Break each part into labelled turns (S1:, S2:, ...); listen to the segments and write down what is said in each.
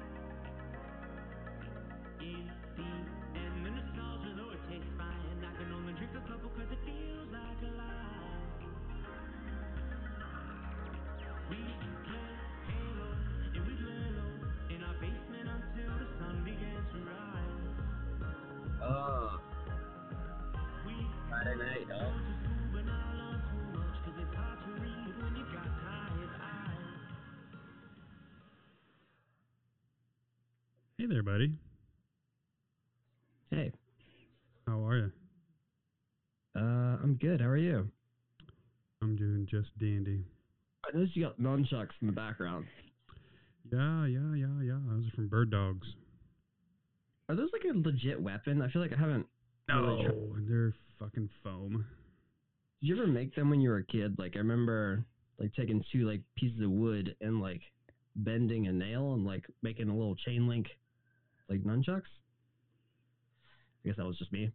S1: E
S2: Oh.
S3: Hey there, buddy.
S2: Hey,
S3: How are you?
S2: uh, I'm good. How are you?
S3: I'm doing just dandy.
S2: I noticed you got nunchucks in the background.
S3: Yeah, yeah, yeah, yeah. Those are from Bird Dogs.
S2: Are those like a legit weapon? I feel like I haven't. really tried-
S3: No, they're fucking foam.
S2: Did you ever make them when you were a kid? Like I remember, like taking two like pieces of wood and like bending a nail and like making a little chain link, like nunchucks. I guess that was just me.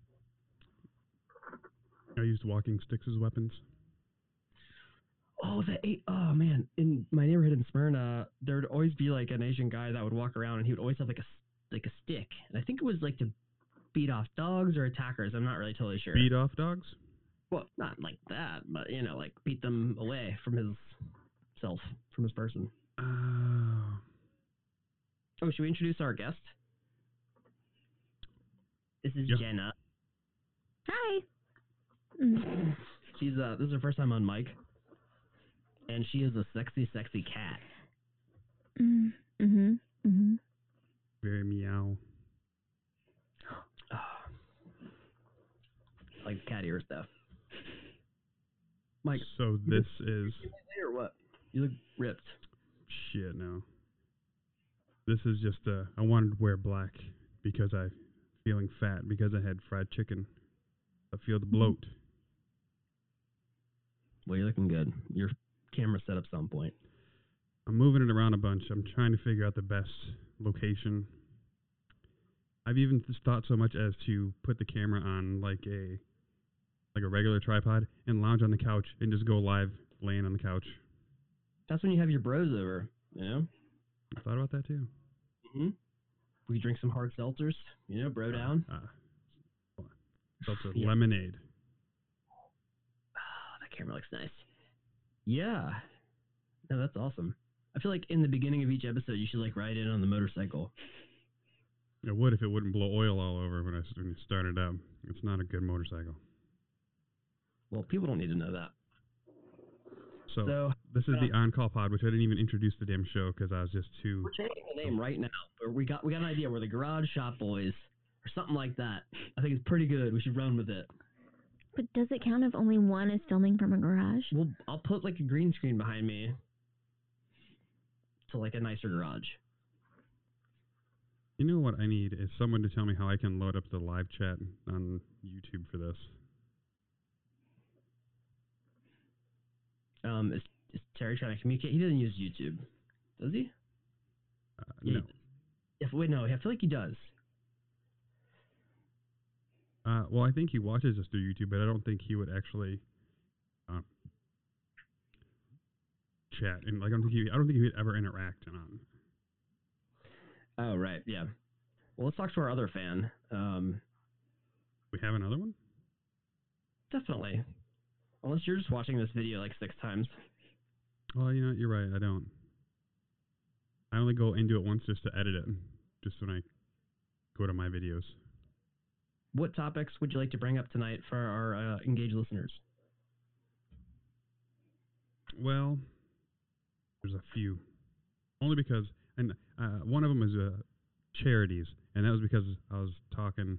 S3: I used walking sticks as weapons.
S2: Oh, the eight oh man, in my neighborhood in Smyrna, there would always be like an Asian guy that would walk around, and he would always have like a s- like a stick, and I think it was like to beat off dogs or attackers. I'm not really totally sure.
S3: Beat off dogs?
S2: well, not like that, but you know, like beat them away from his self, from his person.
S3: Oh.
S2: Oh, should we introduce our guest? This is
S3: Yeah.
S2: Jenna.
S4: Hi. Mm,
S2: She's uh, this is her first time on mic, and she is a sexy, sexy cat.
S4: Mm-hmm. Mm-hmm.
S3: Very meow.
S2: Ah. like cat ear stuff. Mike,
S3: So this is
S2: or what? You look ripped.
S3: shit no. This is just uh I wanted to wear black because I feeling fat because I had fried chicken. I feel the bloat.
S2: Well, you're looking good. Your camera set up some point.
S3: I'm moving it around a bunch. I'm trying to figure out the best location. I've even th- thought so much as to put the camera on like a like a regular tripod and lounge on the couch and just go live laying on the couch.
S2: That's when you have your bros over, you know?
S3: I thought about that too.
S2: Mm-hmm. We drink some hard seltzers, you know, bro down.
S3: Ah, hold on. seltzer
S2: Yeah.
S3: lemonade.
S2: Oh, that camera looks nice. Yeah. No, that's awesome. I feel like in the beginning of each episode, you should like ride in on the motorcycle.
S3: It would if it wouldn't blow oil all over when I s- when you start it up. It's not a good motorcycle.
S2: Well, people don't need to know that.
S3: So,
S2: So uh,
S3: this is the on call pod, which I didn't even introduce the damn show because I was just too.
S2: we're changing the name right now. But we got we got an idea. We're the Garage Shop Boys or something like that. I think it's pretty good. We should run with it.
S4: But does it count if only one is filming from a garage?
S2: Well, I'll put like a green screen behind me to like a nicer garage.
S3: You know what I need is someone to tell me how I can load up the live chat on YouTube for this.
S2: Um, is, is Terry trying to communicate? He doesn't use YouTube, does he?
S3: Uh,
S2: Yeah,
S3: no.
S2: he- If wait, no, I feel like he does.
S3: Uh, well, I think he watches us through YouTube, but I don't think he would actually um, chat and like I don't think he I don't think he would ever interact on.
S2: Oh right, yeah. Well, let's talk to our other fan. Um,
S3: We have another one.
S2: definitely. Unless you're just watching this video like six times.
S3: Oh, you know what? you're right. I don't. I only go and do it once just to edit it, just when I go to my videos.
S2: What topics would you like to bring up tonight for our uh, engaged listeners?
S3: Well, there's a few. Only because, and uh, one of them is uh, charities, and that was because I was talking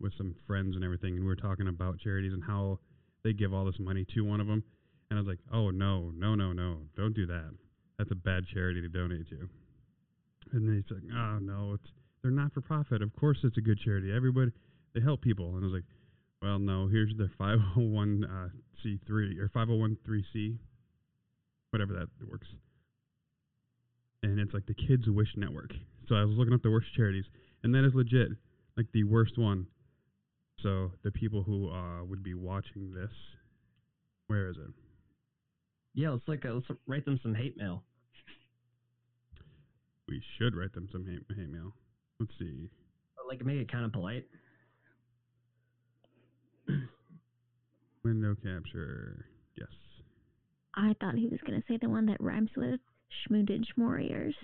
S3: with some friends and everything, and we were talking about charities and how they give all this money to one of them, and I was like, oh no, no, no, no, don't do that. That's a bad charity to donate to. And then he's like, oh no, it's they're not for profit. Of course, it's a good charity. Everybody, they help people. And I was like, well, no, here's their 501 uh, C3 or 501c, whatever that works. And it's like the Kids Wish Network. So I was looking up the worst charities, and that is legit, like the worst one. So the people who uh, would be watching this, where is it?
S2: Yeah, let's like uh, let's write them some hate mail.
S3: We should write them some hate, hate mail. Let's see.
S2: But, Like make it kind of polite.
S3: Window capture. Yes.
S4: I thought he was gonna say the one that rhymes with Schmoodage Warriors.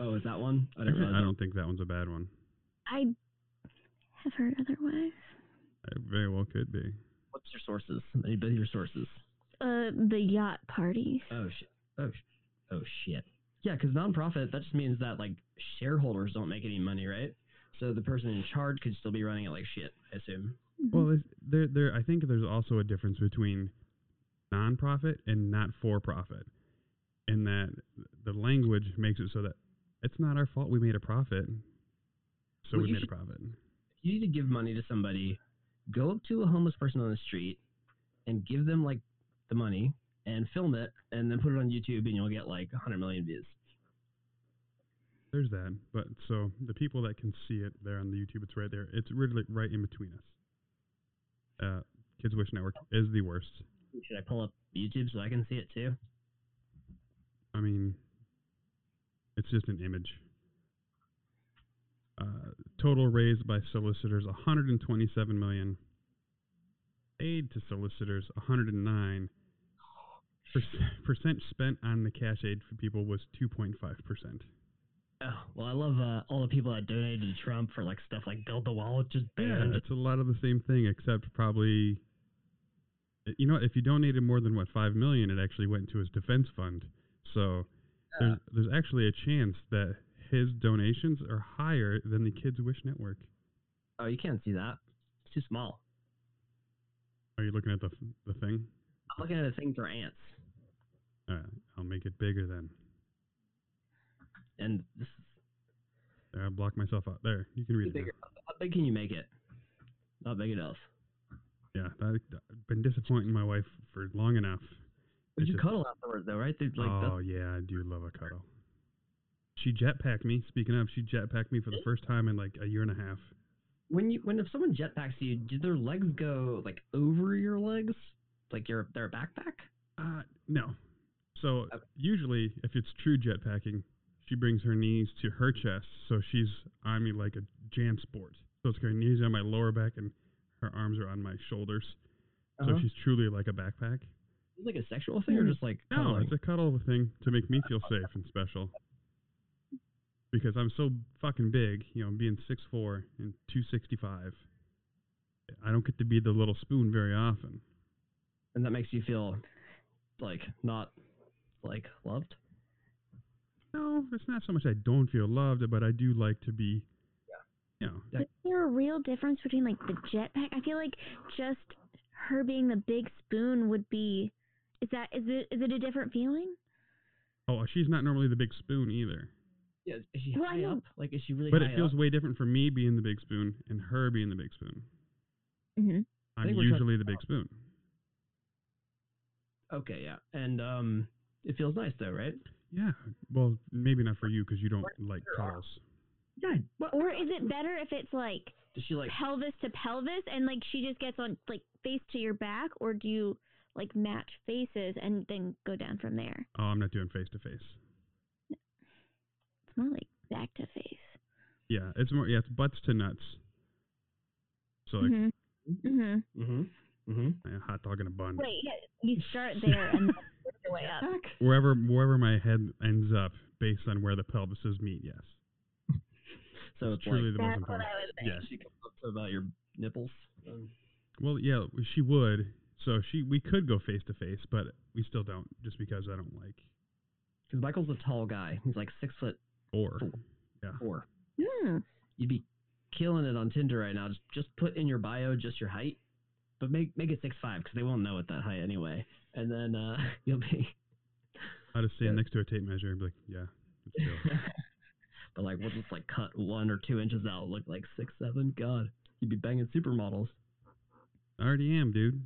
S2: Oh, is that one? I don't
S3: I don't think that one's a bad one.
S4: I have heard otherwise.
S3: It very well could be.
S2: What's your sources? Anybody your sources?
S4: Uh, the yacht parties.
S2: Oh shit! Oh, sh- oh shit! Yeah, because nonprofit that just means that like shareholders don't make any money, right? So the person in charge could still be running it like shit. I assume.
S4: Mhm.
S2: Mm-hmm.
S3: Well, there's- there, there. I think there's also a difference between nonprofit and not for profit, in that the language makes it so that it's not our fault we made a profit, so
S2: Well,
S3: we
S2: you
S3: made
S2: should-
S3: a profit.
S2: You need to give money to somebody. Go up to a homeless person on the street and give them like the money and film it and then put it on YouTube and you'll get like 100 million views.
S3: There's that. But so the people that can see it there on the YouTube, it's right there. It's really right in between us. Uh, Kids Wish Network is the worst.
S2: Should I pull up YouTube so I can see it too?
S3: I mean, it's just an image. Uh, total raised by solicitors 127 million. Aid to solicitors 109. Perc- Percent spent on the cash aid for people was 2.5 percent.
S2: Oh, well, I love uh, all the people that donated to Trump for like stuff like build the wall, which is banned.
S3: it's a lot of the same thing, except probably. You know, what, if you donated more than what five million, it actually went to his defense fund. So there's there's actually a chance that his donations are higher than the Kids Wish Network.
S2: Oh, you can't see that. It's too small.
S3: Are you looking at the f- the thing?
S2: I'm looking at a thing for ants,
S3: All right, I'll make it bigger then.
S2: and this is
S3: There, I block myself out. There, you can read it. now.
S2: bigger. How big can you make it? Not big enough.
S3: Yeah, that, I've been disappointing my wife for long enough.
S2: But
S3: It's
S2: you
S3: just-
S2: cuddle afterwards, though, right? They, like
S3: oh
S2: that's
S3: yeah, I do love a cuddle. She jetpacked me. Speaking of, she jetpacked me for the first time in like a year and a half.
S2: when you when if someone jetpacks you, do their legs go like over your legs, like your their backpack?
S3: Uh, no. So
S2: Okay.
S3: usually, if it's true jetpacking, she brings her knees to her chest, so she's on me like a jam sport. So it's her knees on my lower back and her arms are on my shoulders.
S2: Uh-huh.
S3: So she's truly like a backpack.
S2: Is it like a sexual thing or
S3: Mm.
S2: just like
S3: No,
S2: cuddling?
S3: it's a cuddle thing to make me feel safe and special. Because I'm so fucking big, you know, being 6'4 and 265, I don't get to be the little spoon very often.
S2: and that makes you feel like not like loved.
S3: No, it's not so much I don't feel loved, but I do like to be, you know,
S2: Like-
S4: Is there a real difference between like the jetpack? I feel like just her being the big spoon would be. Is that is it is it a different feeling?
S3: Oh, she's not normally the big spoon either.
S2: Yeah, is she
S4: Well, I
S2: high
S4: know-
S2: up? Like, is she really?
S3: But
S2: high
S3: it feels
S2: up?
S3: way different for me being the big spoon and her being the big spoon.
S4: Mm-hmm.
S3: I'm
S2: think we're talking
S3: usually the big spoon.
S2: okay. Yeah, and um, it feels nice though, right?
S3: Yeah. Well, maybe not for you because you don't like
S2: your
S3: cuddles.
S2: Yeah. What?
S4: Or is it better if it's like
S2: Does she like?
S4: pelvis to pelvis and like she just gets on like face to your back, or do you like match faces and then go down from there?
S3: Oh, I'm not doing face to face.
S4: It's more like back to face.
S3: Yeah, it's more. Yeah, it's butts to nuts. So like
S4: hmm hmm
S2: Mm-hmm. Mm-hmm.
S3: a hot dog in a bun.
S4: Wait, yeah, you start there and then work your way up.
S3: Wherever wherever my head ends up, based on where the pelvises meet. Yes,
S2: So it's,
S3: it's truly
S2: like,
S3: the most
S4: That's what
S3: important.
S4: I was
S2: yeah,
S4: thinking.
S2: she comes up to about your nipples. Um,
S3: Well, yeah, she would. So she we could go face to face, but we still don't, just because I don't like
S2: Because Michael's a tall guy. He's like six foot
S3: or.
S2: four.
S4: Hmm.
S2: You'd be killing it on Tinder right now. Just just put in your bio just your height, but make make it six five because they won't know it that height anyway. And then uh, you'll be.
S3: I'd just stand
S2: Yeah.
S3: next to a tape measure and be like, yeah, it's Joe.
S2: but like we'll just like cut one or two inches out, look like six seven. God, you'd be banging supermodels.
S3: I already am, dude.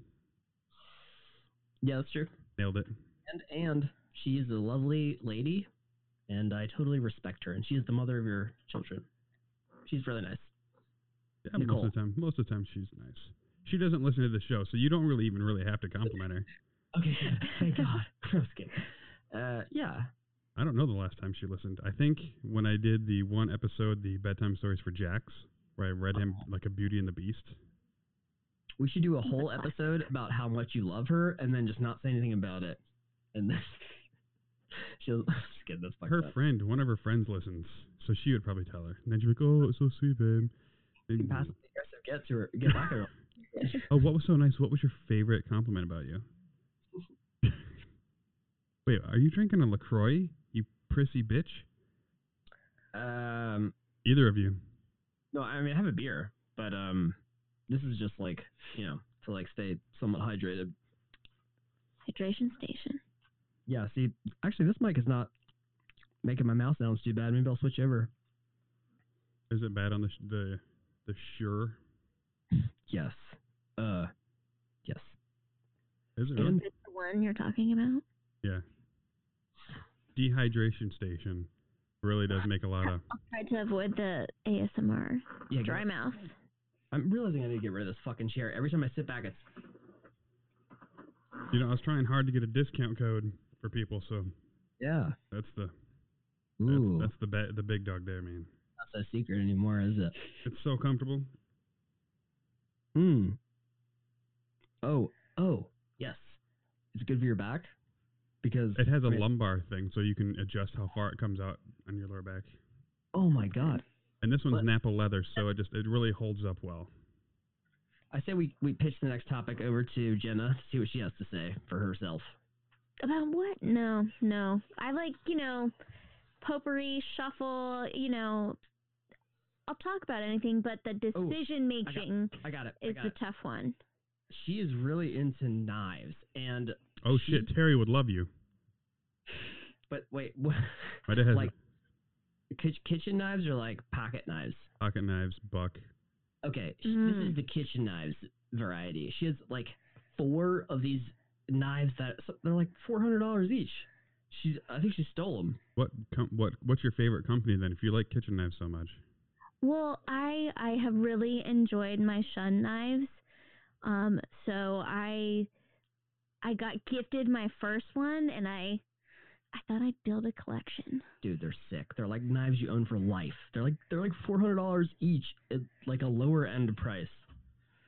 S2: Yeah, that's true.
S3: Nailed it.
S2: And and she is a lovely lady, and I totally respect her. And she is the mother of your children. She's really nice.
S3: Yeah, most
S2: Nicole.
S3: of the time, most of the time she's nice. She doesn't listen to the show, so you don't really even really have to compliment her.
S2: Okay, thank God. I was kidding. Uh, yeah.
S3: I don't know the last time she listened. I think when I did the one episode, the bedtime stories for Jax, where I read
S2: Uh-huh.
S3: him like a Beauty and the Beast.
S2: We should do a whole episode about how much you love her, and then just not say anything about it. And then she'll just get this fucked
S3: Her
S2: up.
S3: friend, one of her friends listens, so she would probably tell her. And then she'd be like, "Oh, it's so sweet, babe."
S2: You
S3: And-
S2: can pass the aggressive get to her, get back at her.
S3: Oh, what was so nice? What was your favorite compliment about you? Wait, are you drinking a LaCroix? You prissy bitch?
S2: Um,
S3: Either of you.
S2: no, I mean I have a beer, but um, this is just like you know to like stay somewhat hydrated.
S4: Hydration station.
S2: Yeah. See, actually, this mic is not making my mouth sounds too bad. Maybe I'll switch over.
S3: Is it bad on the sh- the the sure?
S2: Yes. Uh, yes.
S3: Is
S2: And-
S3: it really?
S4: Is this the one you're talking about?
S3: Yeah. Dehydration station really does make a lot of.
S4: Tried to avoid the ASMR.
S2: Yeah.
S4: Dry mouth.
S2: I'm realizing I need to get rid of this fucking chair. Every time I sit back, it's
S3: You know, I was trying hard to get a discount code for people, so
S2: yeah.
S3: that's the that's,
S2: Ooh,
S3: that's the ba- the big dog there, man.
S2: not so secret anymore, is it?
S3: It's so comfortable.
S2: Hmm. Oh, oh, yes. It's good for your back because
S3: It has a
S2: Right.
S3: lumbar thing, so you can adjust how far it comes out on your lower back.
S2: oh my god,
S3: And this one's
S2: But-
S3: Napa leather, so it just it really holds up well.
S2: I say we we pitch the next topic over to Jenna to see what she has to say for herself.
S4: About what? No, no. I like, you know, potpourri, shuffle, you know. I'll talk about anything, but the
S2: Oh,
S4: decision
S2: got-
S4: making
S2: I got it. I
S4: is
S2: got
S4: the
S2: it.
S4: tough one.
S2: She is really into knives, and
S3: Oh
S2: She-
S3: shit, Terry would love you.
S2: but wait, what?
S3: My dad has
S2: like kitch- kitchen knives or like pocket knives?
S3: pocket knives, buck.
S2: Okay, sh- this
S4: Mm.
S2: is the kitchen knives variety. She has like four of these knives that so they're like four hundred dollars each. She's I think she stole them.
S3: What com- what what's your favorite company then? If you like kitchen knives so much,
S4: Well, I I have really enjoyed my shun knives. Um, so I I got gifted my first one, and I I thought I'd build a collection.
S2: Dude, they're sick. They're like knives you own for life. They're like they're like four hundred dollars each, at like a lower end price.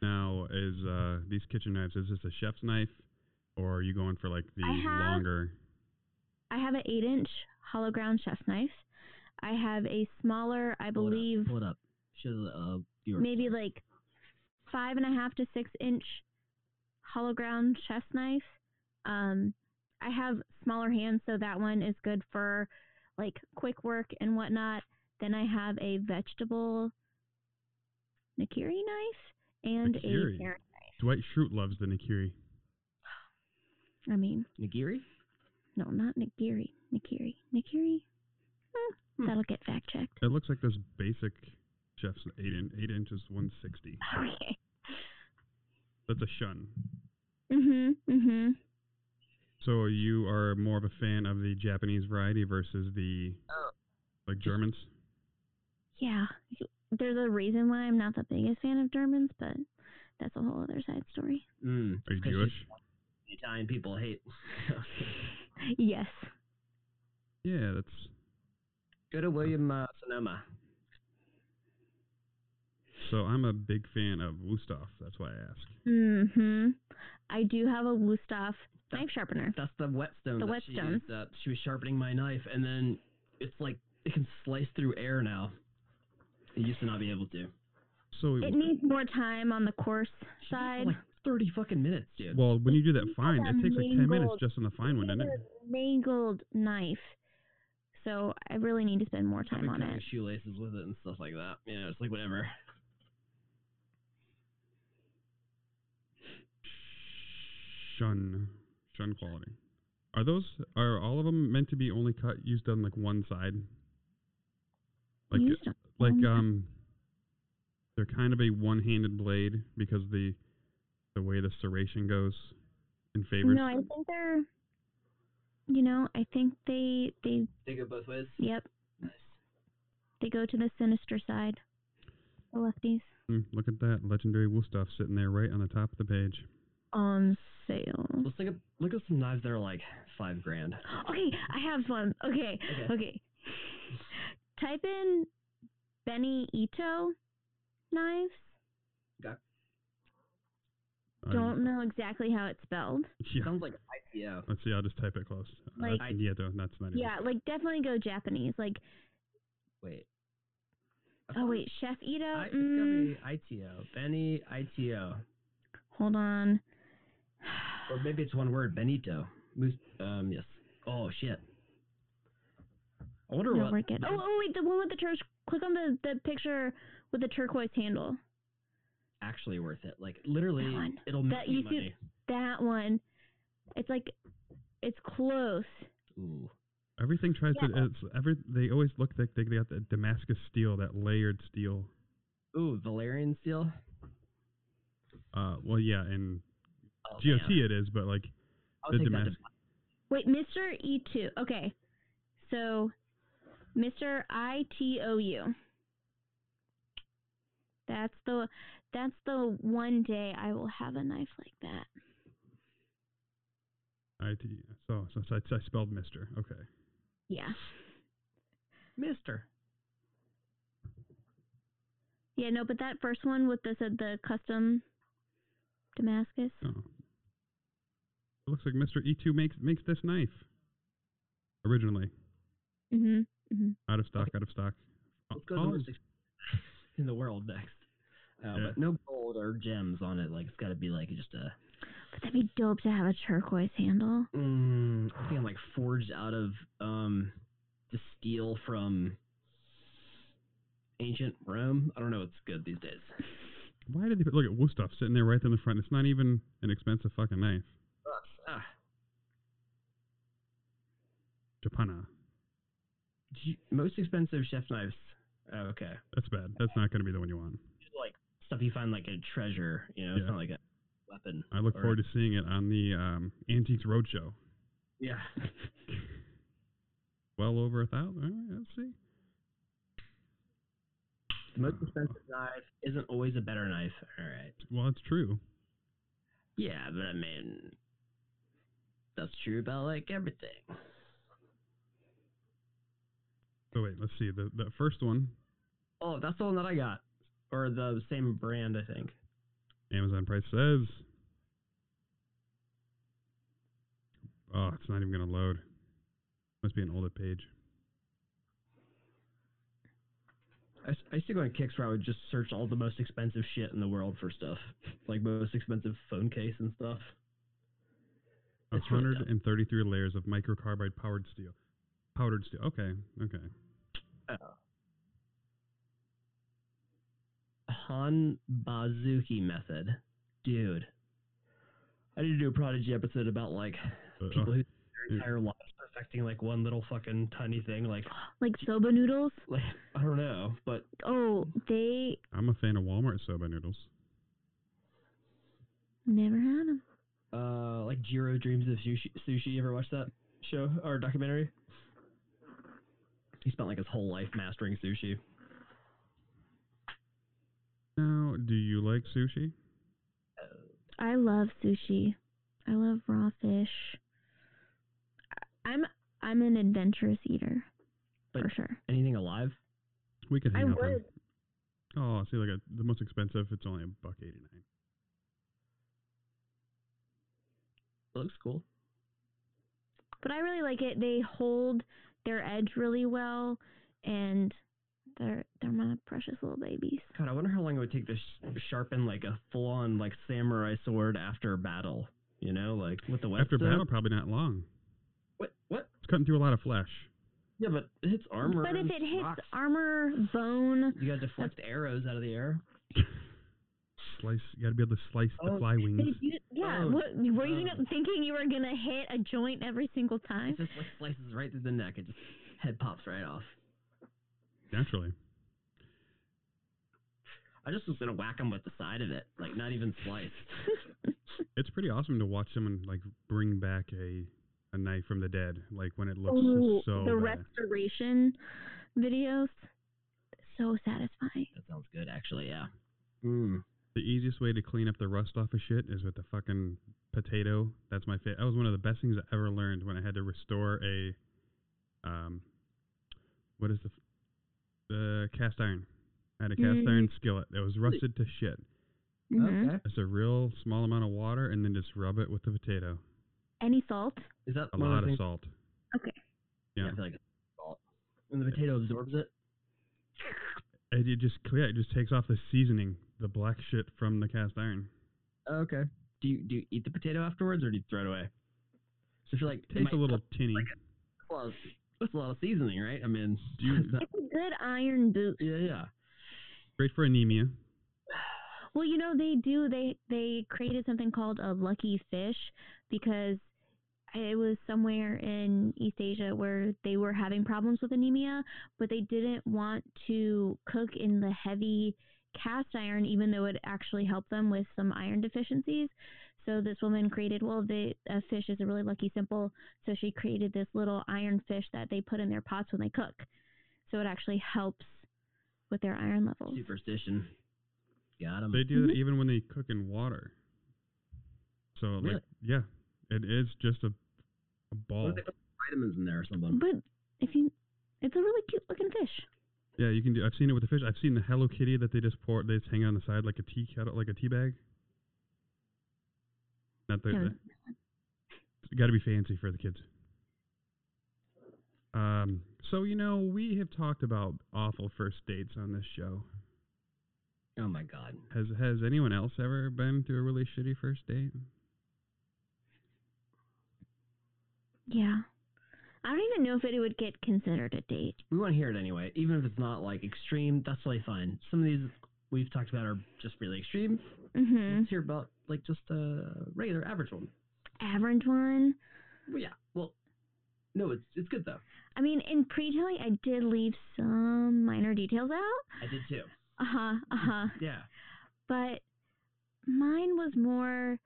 S3: now is uh, these kitchen knives? Is this a chef's knife, or are you going for like the
S4: I have-
S3: longer?
S4: I have an eight inch hollow ground chef's knife. I have a smaller, I
S2: Pull it up,
S4: believe,
S2: Pull it up. She has a uh, your
S4: maybe like five and a half to six inch hollow ground chef's knife. Um, I have smaller hands, so that one is good for like quick work and whatnot. Then I have a vegetable Nakiri knife and
S3: Nikiri?
S4: a paring.
S3: Dwight Schrute loves the Nikiri.
S4: I mean,
S2: nigiri.
S4: no, not Nigiri. Nikiri. Nikiri? Hmm,
S2: Hmm.
S4: That'll get fact checked.
S3: It looks like this basic chef's eight in, eight inches, one sixty.
S4: Okay.
S3: That's a shun.
S4: Mhm. Mhm.
S3: So you are more of a fan of the Japanese variety versus the
S2: Oh.
S3: like Germans.
S4: Yeah. There's a reason why I'm not the biggest fan of Germans, but that's a whole other side story.
S2: Mm.
S3: Are you
S2: 'cause she's-
S3: Jewish?
S2: Italian people hate.
S4: Yes.
S3: Yeah, that's
S2: Go to William uh, Sonoma.
S3: so. I'm a big fan of Wusthof. That's why I ask.
S4: Mhm. I do have a Wusthof knife sharpener.
S2: That's the whetstone.
S4: The
S2: that She,
S4: whetstone.
S2: used, uh, she was sharpening my knife, and then it's like it can slice through air now. It used to not be able to.
S3: So
S4: It needs more time on the coarse
S2: She did it for,
S4: side.
S2: like thirty fucking minutes, dude.
S3: Well, when you do that
S4: It's
S3: fine,
S4: like a
S3: it takes like ten minutes
S4: mangled-
S3: just on the fine one, doesn't it?
S4: It's a mangled knife. So I really need to spend more
S2: I've
S4: time
S2: been
S4: on
S2: cutting
S4: it.
S2: Shoelaces with it and stuff like that. You know, it's like whatever.
S3: Shun, shun quality. Are those are all of them meant to be only cut used on like one side? Like
S4: Used on
S3: like
S4: one side.
S3: um, they're kind of a one-handed blade because the the way the serration goes in favor.
S4: No, I think they're you know, I think they they
S2: They go both ways.
S4: yep,
S2: Nice.
S4: they go to the sinister side. The lefties.
S3: Mm, Look at that legendary Wusthof sitting there right on the top of the page.
S4: on sale.
S2: Let's look at look at some knives that are like five grand.
S4: Okay, I have one. Okay,
S2: Okay.
S4: okay. Type in Benny Ito knives.
S3: I-
S4: Don't know exactly how it's spelled.
S3: yeah.
S2: Sounds like IPO.
S3: Let's see. I'll just type it close.
S4: Like-
S3: that's, yeah, though, that's not even.
S4: Yeah, like definitely go Japanese. Like,
S2: Wait.
S4: oh wait, Chef Ito.
S2: I, it's
S4: mm,
S2: gotta be ITO. Benny ITO.
S4: hold on.
S2: Or maybe it's one word, Benito. Moose, um, yes. Oh shit. I wonder
S4: No,
S2: what.
S4: we're good. Oh, oh wait, the one with the church. Click on the the picture with the turquoise handle.
S2: actually worth it. Like literally,
S4: one.
S2: it'll
S4: That
S2: make you
S4: you could-
S2: money.
S4: That one. It's like, it's close.
S2: Ooh,
S3: Everything tries
S4: Yeah.
S3: to. It's every. They always look like they, they got that Damascus steel, that layered steel.
S2: ooh, Valerian steel.
S3: Uh, well, yeah, and
S2: Oh,
S3: GOT
S2: man.
S3: it is, but like
S2: I'll
S3: the
S2: take that
S3: Damascus.
S2: to-
S4: Wait, Mr. E two. Okay, so Mr. I T O U. That's the that's the one day I will have a knife like that.
S3: I T. So, so, so I, I spelled Mister. Okay.
S4: Yeah.
S2: Mister.
S4: Yeah, no, but that first one with the said the custom Damascus.
S3: Oh. It looks like Mister E two makes makes this knife. Originally,
S4: Mhm. Mhm.
S3: out of stock,
S2: Okay.
S3: out of stock. Uh,
S2: Let's go to the
S3: all-
S2: most expensive in the world next. Uh,
S3: Yeah.
S2: But no gold or gems on it. Like it's got to be like just a.
S4: But that'd be dope to have a turquoise handle.
S2: Mm, I think I'm like forged out of um, the steel from ancient Rome. I don't know what's good these days.
S3: Why did they put, look at Wusthof sitting there right there in the front? It's not even an expensive fucking knife.
S2: Ah,
S3: Japana.
S2: g- most expensive chef knives. Oh, okay.
S3: That's bad. That's not going to be the one you want.
S2: Just, like stuff you find like a treasure. You know, it's
S3: Yeah.
S2: not like a weapon.
S3: I look
S2: Or-
S3: forward to seeing it on the um, Antiques Roadshow.
S2: Yeah.
S3: Well over a thousand. All right, let's see.
S2: The most
S3: Uh,
S2: expensive knife isn't always a better knife. All right.
S3: Well, it's true.
S2: Yeah, but I mean, that's true about like everything.
S3: So wait, let's see. The the first one,
S2: Oh, that's the one that I got, or the same brand, I think.
S3: Amazon price says. Oh, it's not even going to load. Must be an older page.
S2: I, s- I used to go on Kicks where I would just search all the most expensive shit in the world for stuff, like most expensive phone case and stuff. It's really dumb.
S3: 133 layers of microcarbide powered steel. Powdered steel. Okay, okay.
S2: Han Bazuki method, dude. I need to do a Prodigy episode about like
S3: Uh,
S2: people
S3: uh,
S2: who
S3: yeah.
S2: their entire lives perfecting like one little fucking tiny thing. Like,
S4: Like soba noodles.
S2: like I don't know, but
S4: Oh, they
S3: I'm a fan of Walmart soba noodles.
S4: never had them.
S2: uh, like Jiro Dreams of Sushi. Sushi. You ever watch that show or documentary? He spent like his whole life mastering sushi.
S3: Now, do you like sushi?
S4: I love sushi. I love raw fish. I- I'm I'm an adventurous eater.
S2: But-
S4: for sure.
S2: Anything alive?
S3: We could
S4: I
S3: hang out then.
S4: would.
S3: Oh, see, like a, the most expensive, it's only a buck eighty nine.
S2: looks cool.
S4: But I really like it. They hold their edge really well and they're they're my precious little babies.
S2: God, I wonder how long it would take to sh- sharpen like a full-on like samurai sword after battle. You know, like with the weapon.
S3: After battle, probably not long.
S2: What? What?
S3: It's cutting through a lot of flesh.
S2: Yeah, but it hits armor.
S4: but if
S2: and
S4: it hits
S2: rocks.
S4: armor, bone,
S2: you gotta deflect arrows out of the air.
S3: Slice. You got to be able to slice
S2: Oh,
S3: the fly wings.
S4: Did you- yeah,
S2: Oh,
S4: what, were you
S2: no.
S4: gonna- thinking you were gonna hit a joint every single time?
S2: It just like slices right through the neck. It just head pops right off.
S3: Naturally.
S2: I just was gonna whack him with the side of it, like not even slice.
S3: It's pretty awesome to watch someone like bring back a a knife from the dead, like when it looks
S4: Ooh,
S3: so
S4: Oh, the
S3: bad.
S4: restoration videos, so satisfying.
S2: that sounds good, actually. Yeah. Mm.
S3: The easiest way to clean up the rust off of shit is with the fucking potato. That's my favorite. That was one of the best things I ever learned when I had to restore a um what is the f- the cast iron. I had a cast
S4: Mm.
S3: iron skillet that was rusted to shit.
S4: Mhm.
S2: Okay.
S3: Just a real small amount of water and then just rub it with the potato.
S4: Any salt?
S2: Is that
S3: A
S2: one
S3: lot
S2: of the things?
S3: of salt.
S2: Yeah,
S3: yeah.
S2: I feel like it's salt. And the potato absorbs it.
S3: And it just yeah, it just takes off the seasoning, the black shit from the cast iron.
S2: Okay. Do you do you eat the potato afterwards or do you throw it away? So I feel like it
S3: Tastes
S2: might
S3: a little tinny.
S2: like close. That's a lot of seasoning, right? I mean,
S3: Do you-
S2: that-
S4: It's a good iron boot.
S2: yeah, yeah.
S3: Great for anemia.
S4: Well, you know they do. They they created something called a lucky fish because it was somewhere in East Asia where they were having problems with anemia, but they didn't want to cook in the heavy cast iron, even though it actually helped them with some iron deficiencies. So this woman created well, the a fish is a really lucky symbol, so she created this little iron fish that they put in their pots when they cook, so it actually helps with their iron levels.
S2: Superstition. Got him.
S3: They do that even when they cook in water. So
S2: Really?
S3: like yeah, it is just a, a ball.
S2: What if they put vitamins in there or something?
S4: But if you, it's a really cute looking fish.
S3: Yeah, you can do. I've seen it with the fish. I've seen the Hello Kitty that they just pour. They just hang on the side like a tea kettle, like a tea bag. Not the.
S4: Yeah.
S3: Got to be fancy for the kids. Um. So you know we have talked about awful first dates on this show.
S2: Oh my god.
S3: Has Has anyone else ever been to a really shitty first date?
S4: Yeah. I don't even know if it would get considered a date.
S2: We want to hear it anyway, even if it's not like extreme. That's really fine. Some of these we've talked about are just really extreme.
S4: Mm-hmm.
S2: Let's hear about like just a regular average one.
S4: Average one.
S2: Well, yeah. Well, no, it's it's good though.
S4: I mean, in pre-telling, I did leave some minor details out.
S2: I did too.
S4: Uh huh. Uh huh.
S2: Yeah.
S4: But mine was more.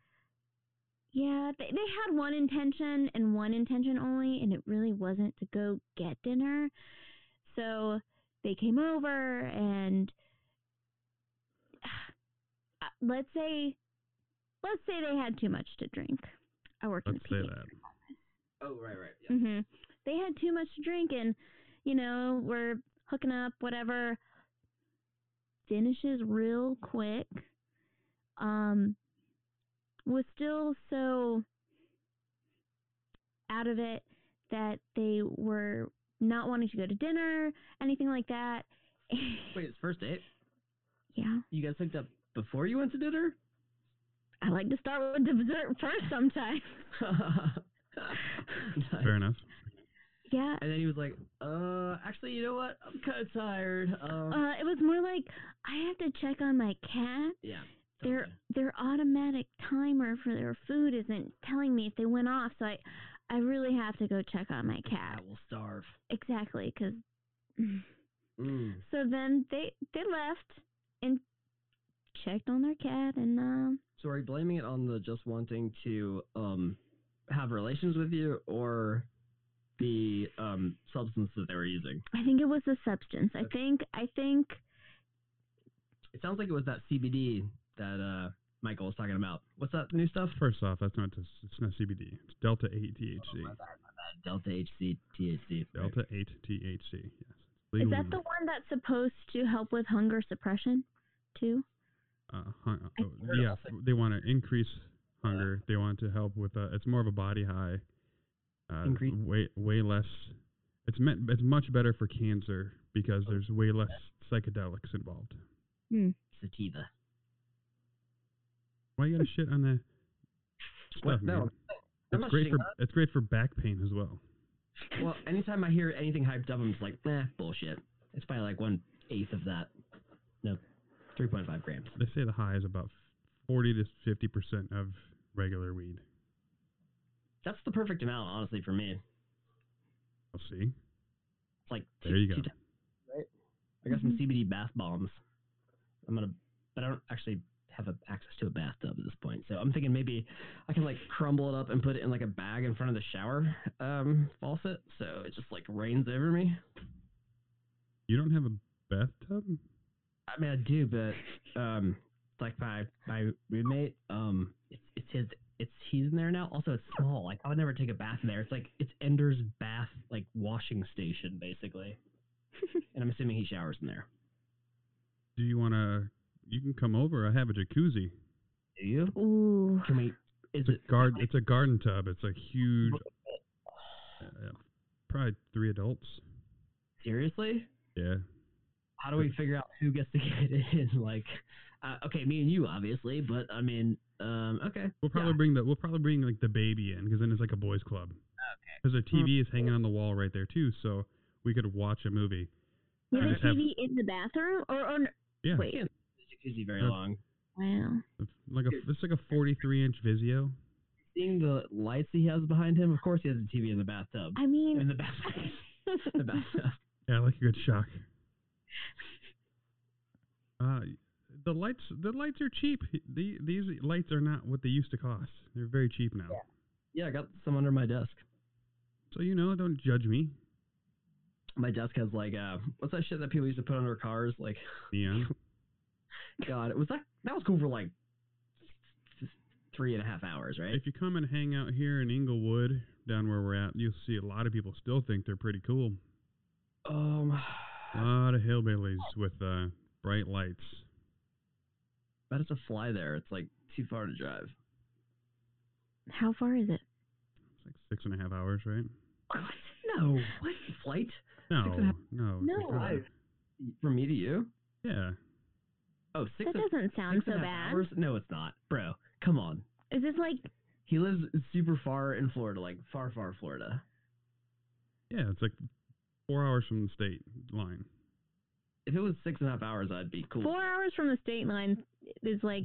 S4: Yeah, they, they had one intention and one intention only, and it really wasn't to go get dinner. So they came over and uh, let's say let's say they had too much to drink. I work
S3: Let's say
S4: in the E
S3: that.
S2: Oh right, right. Yeah.
S4: hmm They had too much to drink and you know, we're hooking up, whatever. Finishes real quick. Um was still so out of it that they were not wanting to go to dinner, anything like that. Mm-hmm.
S2: Wait, it's first date.
S4: yeah.
S2: You guys hooked up before you went to dinner.
S4: I like to start with the dessert first sometimes.
S2: Nice.
S3: Fair enough.
S4: Yeah.
S2: And then he was like, "Uh, actually, you know what? I'm kind of tired. Um,
S4: Uh, it was more like I have to check on my cat.
S2: yeah,
S4: Their
S2: totally.
S4: their automatic timer for their food isn't telling me if they went off, so I I really have to go check on my
S2: I
S4: cat.
S2: will starve."
S4: Exactly, 'cause
S2: Mm.
S4: so then they they left and checked on their cat and um
S2: So are you blaming it on the just wanting to um have relations with you or the um substance that they were using?
S4: I think it was the substance. I
S2: Okay.
S4: think I think
S2: It sounds like it was that CBD that uh Michael was talking about. What's that new stuff?
S3: First off, that's not just, it's not CBD. It's delta eight
S2: Oh,
S4: Oh
S3: THC.
S2: Delta HC THC. right.
S3: Delta eight THC. Yes.
S4: is
S3: Legally,
S4: that the one that's supposed to help with hunger suppression too?
S3: uh, hun-
S4: I
S3: oh,
S2: heard
S3: yeah,
S2: also-
S3: they want to increase hunger. they want to help with uh, it's more of a body high. Uh,
S2: Increase-
S3: way way less. It's meant it's much better for cancer because
S2: Oh.
S3: there's way less psychedelics involved.
S2: Sativa.
S3: Why you gotta shit on that
S2: What?
S3: stuff, man?
S2: No. I'm
S3: It's
S2: not
S3: great
S2: shitting
S3: for
S2: on
S3: it's great for back pain as well.
S2: it. Well, anytime I hear anything hyped up, I'm just like, nah, bullshit. It's probably like one eighth of that. No, 3.5 grams.
S3: They say the high is about forty to fifty percent of regular weed.
S2: That's the perfect amount, honestly, for me.
S3: I'll see.
S2: It's like
S3: There you
S2: two-
S3: go. Mm-hmm.
S2: two ti- right? I got some
S4: Mhm.
S2: CBD bath bombs. I'm gonna, but I don't actually have a, access to a bathtub at this point, so I'm thinking maybe I can like crumble it up and put it in like a bag in front of the shower um, faucet, so it just like rains over me.
S3: You don't have a bathtub?
S2: I mean, I do, but um, like my my roommate, um, it's it's his. It's he's in there now. Also, it's small. Like I would never take a bath in there. It's like it's Ender's bath, like washing station, basically. and I'm assuming he showers in there.
S3: Do you want to? You can come over. I have a jacuzzi.
S2: Do you?
S4: Ooh.
S2: Can we? Is
S3: It's
S2: it
S3: a garden. It's a garden tub. It's a huge. Uh, probably three adults.
S2: seriously?
S3: Yeah.
S2: How do we figure out who gets to get in? Like, uh, okay, me and you obviously, but I mean, um, okay,
S3: We'll probably
S2: Yeah.
S3: bring the. We'll probably bring like the baby in because then it's like a boys' club.
S1: okay.
S3: because their TV is hanging on the wall right there too, so we could watch a movie.
S4: You have a
S3: Just have-
S4: TV in the bathroom? Or, or n-
S3: Yeah,
S4: wait.
S2: It's very
S3: Yeah.
S2: long.
S4: Wow.
S3: it's like a it's like a 43 inch Vizio.
S2: Seeing the lights he has behind him, of course he has a TV in the bathtub.
S4: I mean,
S2: in the bathroom. the bathtub.
S3: Yeah, I like a good shock. Uh, the lights the lights are cheap. The, these lights are not what they used to cost. They're very cheap now.
S2: Yeah, I got some under my desk.
S3: So you know, don't judge me.
S2: My desk has like uh, what's that shit that people used to put under cars? Like,
S3: Neon.
S2: God, it was that that was cool for like three and a half hours, right?
S3: If you come and hang out here in Inglewood, down where we're at, you'll see a lot of people still think they're pretty cool.
S2: Um,
S3: A lot of hillbillies with uh, bright lights.
S2: but it's a fly there. It's like too far to drive.
S4: how far is it?
S3: It's like six and a half hours, right?
S2: What? No, what flight
S3: No,
S2: Six and a half-
S3: no, it's
S4: No.
S3: not.
S2: Five. from me to you?
S3: Yeah,
S2: Oh, six.
S4: That
S2: and-
S4: doesn't sound
S2: six
S4: so
S2: and a half
S4: bad.
S2: hours? No, it's not, bro. Come on.
S4: Is this like
S2: He lives super far in Florida, like far, far Florida.
S3: yeah, it's like four hours from the state line.
S2: If it was six and a half hours, I'd be cool.
S4: four hours from the state line? Is like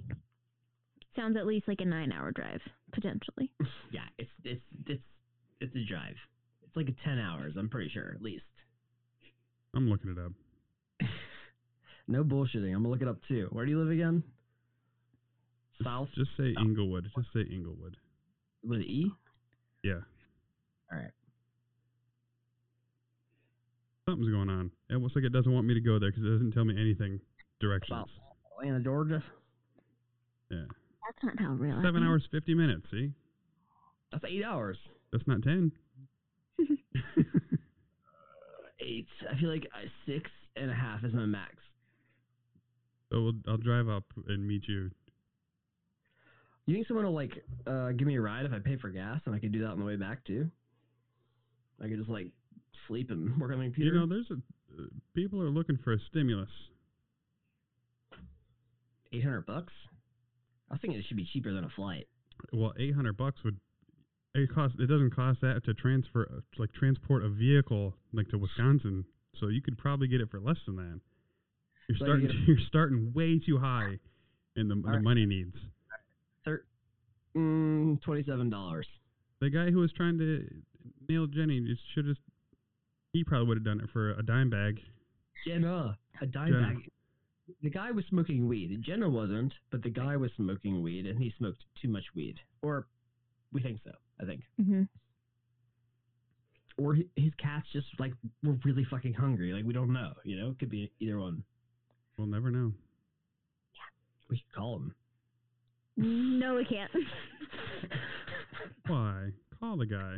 S4: sounds at least like a nine-hour drive potentially.
S2: Yeah, it's it's it's it's a drive. It's like a ten hours, I'm pretty sure, at least.
S3: I'm looking it up.
S2: No bullshitting. I'm gonna look it up too. Where do you live again?
S3: Just-
S2: South
S3: Just say
S2: South.
S3: Inglewood. Just say Inglewood.
S2: with an E.
S3: Yeah.
S2: All right.
S3: Something's going on. It looks like it doesn't want me to go there because it doesn't tell me anything directions.
S2: Atlanta, Georgia.
S3: Yeah.
S4: That's not how real.
S3: Seven hours, 50 minutes. See?
S2: That's eight hours.
S3: That's not 10.
S2: Eight. I feel like I, six and a half is my max.
S3: So we'll, I'll drive up and meet you.
S2: You think someone will like uh, give me a ride if I pay for gas, and I could do that on the way back too? I could just like sleep and work on my computer.
S3: You know, there's a, uh, people are looking for a stimulus.
S2: eight hundred bucks. I was thinking it should be cheaper than a flight.
S3: Well, 800 bucks would. It cost. It doesn't cost that to transfer, uh, to, like transport a vehicle like to Wisconsin. So you could probably get it for less than that. You're
S2: So you
S3: starting.
S2: get
S3: You're starting way too high in the, the
S2: Alright.
S3: money needs.
S2: Mm, Twenty-seven dollars.
S3: The guy who was trying to nail Jenny just should have. He probably would have done it for a dime bag.
S2: Jenna, a dime
S3: Jenna.
S2: bag. The guy was smoking weed. Jenna wasn't, but the guy was smoking weed, and he smoked too much weed, or we think so. I think,
S4: hmm
S2: or hi- his cats just like were really fucking hungry. Like we don't know. You know, could be either one.
S3: We'll never know.
S2: We should call him.
S4: No, we can't.
S3: Why? Call the guy.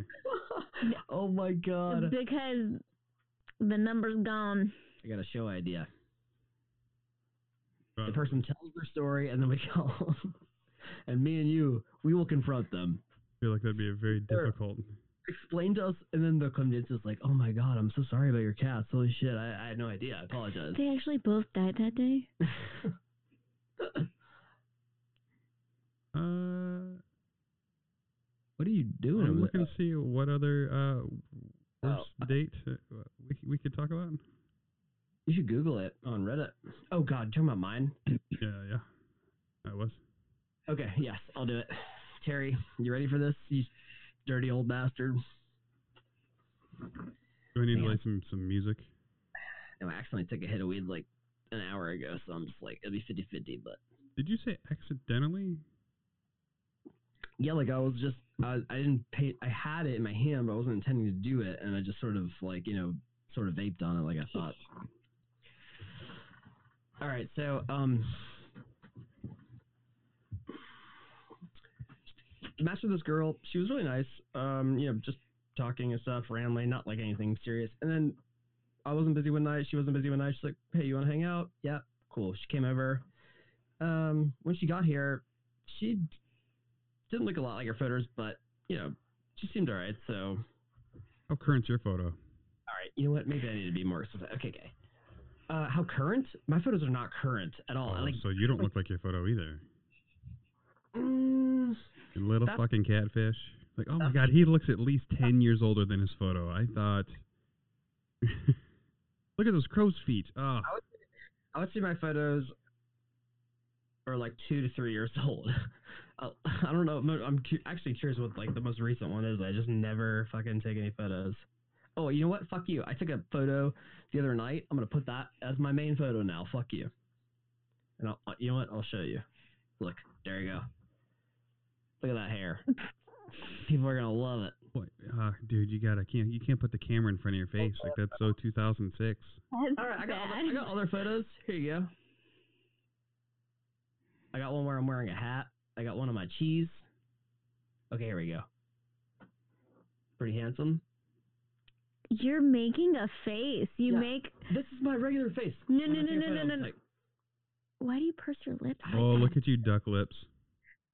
S2: oh my god!
S4: because the number's gone.
S2: I got a show idea.
S3: Uh,
S2: The person tells their story, and then we call them. And me and you, we will confront them.
S3: I feel like that'd be a very
S2: Sure.
S3: difficult.
S2: explain to us, and then they'll come to us it's like, "Oh my god, I'm so sorry about your cats. Holy shit, I, I had no idea. I apologize."
S4: They actually both died that day.
S3: Uh,
S2: what are you doing?
S3: I'm
S2: over
S3: looking
S2: there?
S3: to see what other uh, worst
S2: Oh.
S3: date uh, we, c- we could talk about.
S2: You should Google it on Reddit. Oh god, you talking about mine?
S3: Yeah, yeah. I was.
S2: Okay, yes, I'll do it. Terry, you ready for this? You dirty old bastard.
S3: Do I need
S2: Yeah.
S3: to play some, some music?
S2: No, I accidentally took a hit of weed like an hour ago, so I'm just like, it'll be 50-50, But
S3: Did you say accidentally?
S2: yeah, like I was just, I, I didn't pay. I had it in my hand, but I wasn't intending to do it, and I just sort of like, you know, sort of vaped on it, like I thought. All right, so um, matched with this girl. She was really nice. Um, you know, just talking and stuff randomly, not like anything serious. And then I wasn't busy one night. She wasn't busy one night. She's like, "Hey, you want to hang out?" Yeah, cool. She came over. Um, when she got here, she d- didn't look a lot like her photos, but you know, she seemed all right. So
S3: How Oh, current's your photo?
S2: all right, you know what? Maybe I need to be more specific. Okay, okay. Uh, how current? My photos are not current at all. I
S3: Oh,
S2: like,
S3: so you don't
S2: like-
S3: look like your photo either.
S2: mm,
S3: You little
S2: That's-
S3: fucking catfish. Like, oh my god, he looks at least ten years older than his photo. I thought. Look at those crow's feet. Ah,
S2: I would say my photos are like two to three years old. I I don't know. I'm, I'm cu- actually curious what like the most recent one is. I just never fucking take any photos. Oh, you know what? Fuck you. I took a photo the other night. I'm gonna put that as my main photo now. Fuck you. And I'll, uh, you know what? I'll show you. Look, there you go. Look at that hair. People are gonna love it.
S3: boy, ah, dude, you gotta can't you can't put the camera in front of your face. Like that's so 2006.
S4: That's
S2: All right, I got,
S4: bad.
S2: other, I got other photos. Here you go. I got one where I'm wearing a hat. I got one of my cheese. Okay, here we go. Pretty handsome.
S4: You're making a face. You
S2: Yeah.
S4: make.
S2: This is my regular face.
S4: No,
S2: When
S4: no,
S2: I
S4: no,
S2: take a
S4: no,
S2: photo,
S4: no,
S2: I'm
S4: no, no.
S2: like,
S4: Why do you purse your lips? like
S3: Oh,
S4: that?
S3: look at you, duck lips.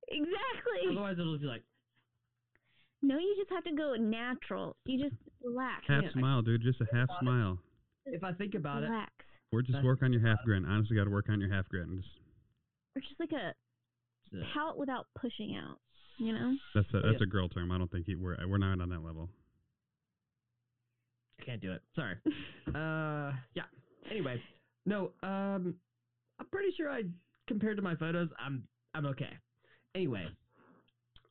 S4: Exactly.
S2: Otherwise, it'll be like,
S4: No, you just have to go natural. You just relax.
S3: Half
S2: Yeah, I-
S3: smile, dude. Just a half smile.
S2: if I think about it,
S4: relax.
S3: Or just
S2: That's-
S3: work on your half grin. Honestly, gotta work on your half grin. Just,
S4: Or just like a
S2: it's a-
S4: pout without pushing out. You know.
S3: that's a,
S2: yeah.
S3: that's a girl term. I don't think he, we're we're not on that level.
S2: I can't do it. Sorry. uh, yeah. Anyway, no. Um, I'm pretty sure I compared to my photos, I'm I'm okay. Anyway,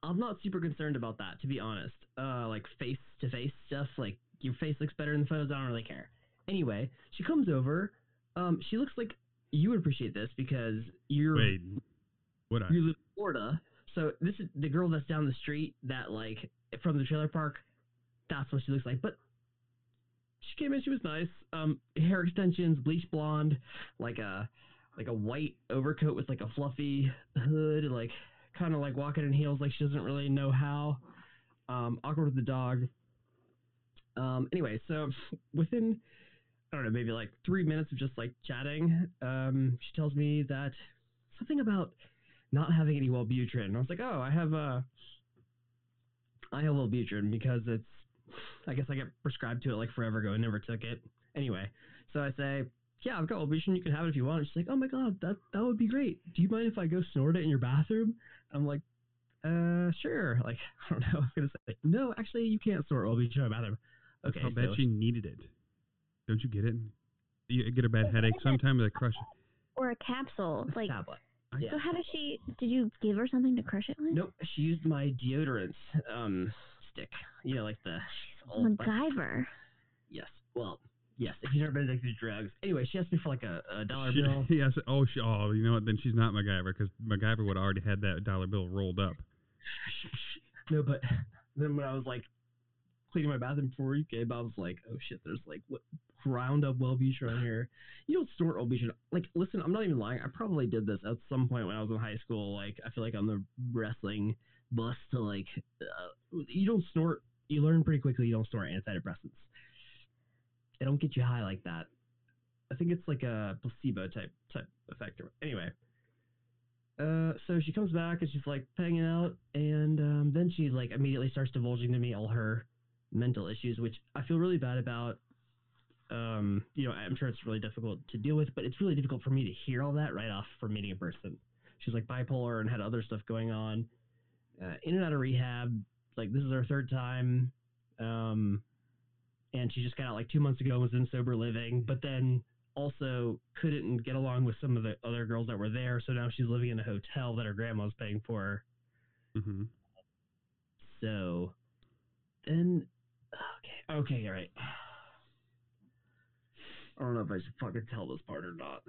S2: I'm not super concerned about that to be honest. Uh, like face to face stuff. Like your face looks better in the photos. I don't really care. Anyway, she comes over. Um, she looks like you would appreciate this because you're
S3: Wait, would I?
S2: you live in Florida. So this is the girl that's down the street that like from the trailer park. That's what she looks like. But she came in. She was nice. Um, hair extensions, bleach blonde, like a like a white overcoat with like a fluffy hood, like kind of like walking in heels. Like she doesn't really know how. Um, awkward with the dog. Um, anyway, so within I don't know maybe like three minutes of just like chatting, um, she tells me that something about not having any Wellbutrin. And I was like, oh, I have uh, I have Wellbutrin because it's, I guess I got prescribed to it like forever ago and never took it. Anyway, so I say, yeah, I've got Wellbutrin. You can have it if you want. And she's like, oh my god, that that would be great. Do you mind if I go snort it in your bathroom? I'm like, uh, sure. Like, I don't know. I'm gonna say, no, actually, you can't snort Wellbutrin in my bathroom.
S3: That's
S2: Okay,
S3: how bad
S2: so-
S3: she needed it. Don't you get it? You get a bad headache sometimes. They crush.
S4: Or a capsule. Like.
S2: tablet.
S3: I-
S2: Yeah.
S4: So how does she? Did you give her something to crush it with?
S2: Nope, she used my deodorant um stick. You know, like the old like,
S4: MacGyver.
S2: Yes. Well, yes. If you've never been addicted to drugs. Anyway, she asked me for like a, a dollar
S3: She-
S2: bill.
S3: yes. Oh, she, oh, you know what? Then she's not MacGyver because MacGyver would already had that dollar bill rolled up.
S2: No, but then when I was like cleaning my bathroom before you came, I was like, oh shit, there's like what ground up Wellbutrin on here. You don't snort Wellbutrin. Like, listen, I'm not even lying. I probably did this at some point when I was in high school. Like, I feel like on the wrestling bus to like, uh, you don't snort. You learn pretty quickly. You don't snort antidepressants. They don't get you high like that. I think it's like a placebo type type effect. Or, anyway, uh, so she comes back and she's like hanging out, and um, then she like immediately starts divulging to me all her mental issues, which I feel really bad about. Um, you know, I'm sure it's really difficult to deal with, but it's really difficult for me to hear all that right off from meeting a person. She's like bipolar and had other stuff going on, uh, in and out of rehab. Like this is her third time, um, and she just got out like two months ago and was in sober living, but then also couldn't get along with some of the other girls that were there, so now she's living in a hotel that her grandma's paying for.
S3: hmm
S2: So then, okay, okay, all right. I don't know if I should fucking tell this part or not.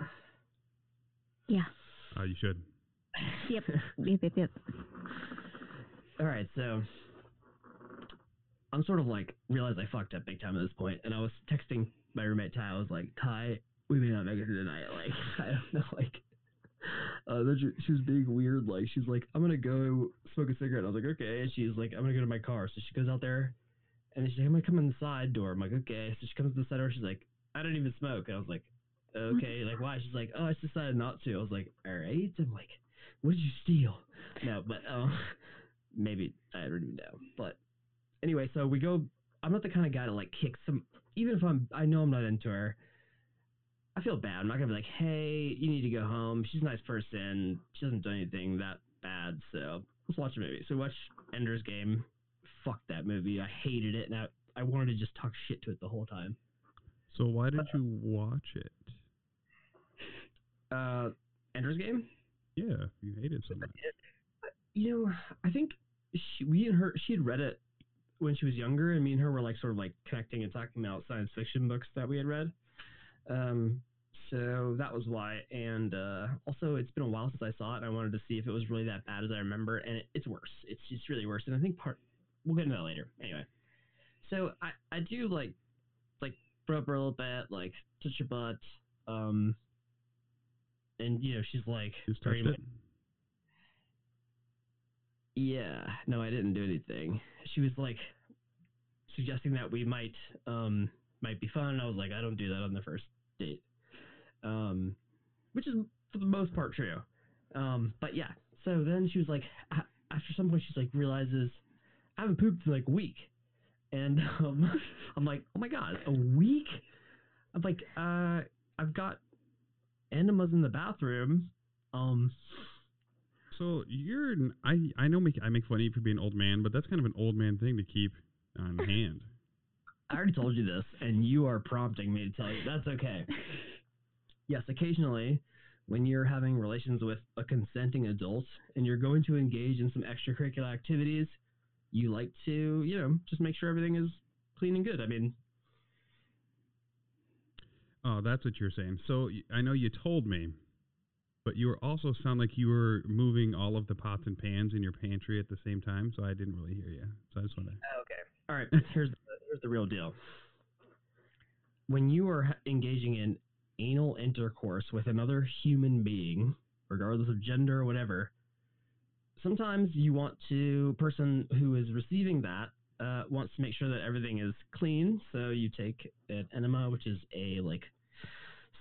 S3: Oh, you should.
S4: Yep. Yep. Yep. Yep.
S2: All right, so I'm sort of like realized I fucked up big time at this point, and I was texting my roommate Ty. I was like, Ty, we may not make it through the night. Like, I don't know, like. Uh, then she, she was being weird. Like, she's like, I'm gonna go smoke a cigarette. I was like, okay. And she's like, I'm gonna go to my car. So she goes out there, and she's like, I'm gonna come in the side door. I'm like, okay. So she comes to the side door. She's like, I don't even smoke. And I was like, okay. Like, why? She's like, oh, I just decided not to. I was like, all right. I'm like, what did you steal? No, but um, maybe I don't even know. But anyway, so we go. I'm not the kind of guy to like kick some. Even if I'm, I know I'm not into her. I feel bad. I'm not gonna be like, hey, you need to go home. She's a nice person. She doesn't do anything that bad. So let's watch a movie. So we watch Ender's Game fuck that movie. I hated it, and I, I wanted to just talk shit to it the whole time.
S3: So why did you watch it?
S2: Uh, Ender's Game.
S3: Yeah, you hate it so much.
S2: You know, I think she, we and her, she had read it when she was younger, and me and her were like sort of like connecting and talking about science fiction books that we had read. Um, so that was why. And uh, also, it's been a while since I saw it, and I wanted to see if it was really that bad as I remember. And it, it's worse. It's it's really worse. And I think part we'll get into that later. Anyway, so I I do like like rub her a little bit, like touch her butt. Um, and you know she's like
S3: Just
S2: very
S3: touched it.
S2: yeah. No, I didn't do anything. She was like suggesting that we might um might be fun and I was like, I don't do that on the first date. Um which is for the most part true. Um but yeah. So then she was like a- after some point she's like realizes I haven't pooped in like a week. And um I'm like, "Oh my god, a week?" I'm like, "Uh I've got enemas in the bathroom." Um
S3: So you're an, I I know make, I make fun of you for being an old man, but that's kind of an old man thing to keep on hand.
S2: I already told you this, and you are prompting me to tell you. That's okay. Yes, occasionally, when you're having relations with a consenting adult and you're going to engage in some extracurricular activities, you like to, you know, just make sure everything is clean and good. I mean,
S3: Oh, that's what you're saying. So y- I know you told me, but you were also sound like you were moving all of the pots and pans in your pantry at the same time. So I didn't really hear you. So I just want to.
S2: All right, here's the, here's the real deal. When you are ha- engaging in anal intercourse with another human being, regardless of gender or whatever, sometimes you want to person who is receiving that uh, wants to make sure that everything is clean. So you take an enema, which is a like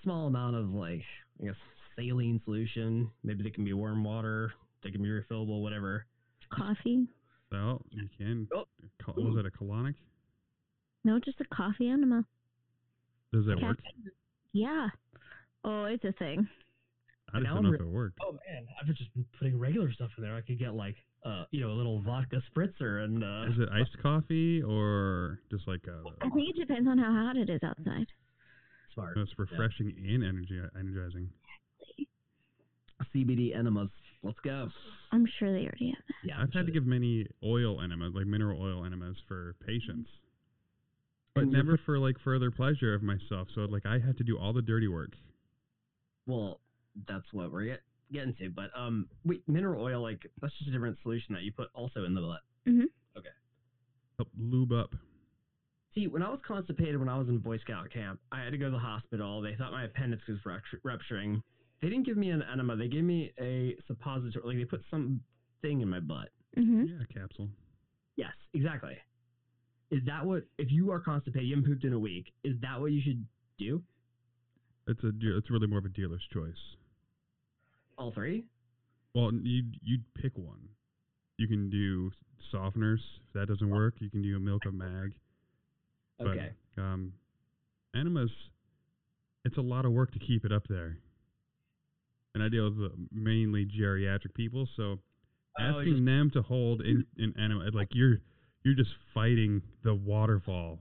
S2: small amount of like I guess saline solution. Maybe they can be warm water. They can be refillable, whatever.
S4: Coffee?
S3: So you can.
S2: Oh.
S3: Col- was it a colonic?
S4: No, just a coffee enema.
S3: Does that
S4: Cap-
S3: work?
S4: Yeah. Oh, it's a thing.
S3: I
S2: An
S3: just don't know if it
S2: almond-
S3: worked.
S2: Oh man, I've just been putting regular stuff in there. I could get like uh, you know, a little vodka spritzer and uh
S3: Is it iced coffee or just like a?
S4: I think it depends on how hot it is outside.
S2: smart.
S3: It's refreshing and energy energizing.
S2: CBD enemas. Let's go.
S4: I'm sure they already have that.
S2: Yeah,
S3: I've had to give many oil enemas, like mineral oil enemas, for patients, but
S2: And you're
S3: never for like further pleasure of myself. So like I had to do all the dirty work.
S2: well, that's what we're get, getting to. But um, wait, mineral oil like that's just a different solution that you put also in the butt.
S3: Help lube up.
S2: See, when I was constipated when I was in Boy Scout camp, I had to go to the hospital. They thought my appendix was ruptu- rupturing. They didn't give me an enema. They gave me a suppository. Like they put something in my butt.
S4: Mm-hmm.
S3: Yeah, capsule.
S2: Yes, exactly. Is that what if you are constipated, you haven't pooped in a week, is that what you should do?
S3: It's a deal- it's really more of a dealer's choice.
S2: All three?
S3: Well, you you'd pick one. You can do softeners. If that doesn't work, you can do a milk of mag. But,
S2: Okay.
S3: um, enemas. It's a lot of work to keep it up there. And I deal with uh, mainly geriatric people, so
S2: Oh, it's
S3: asking them to hold in an enema, like you're you're just fighting the waterfall.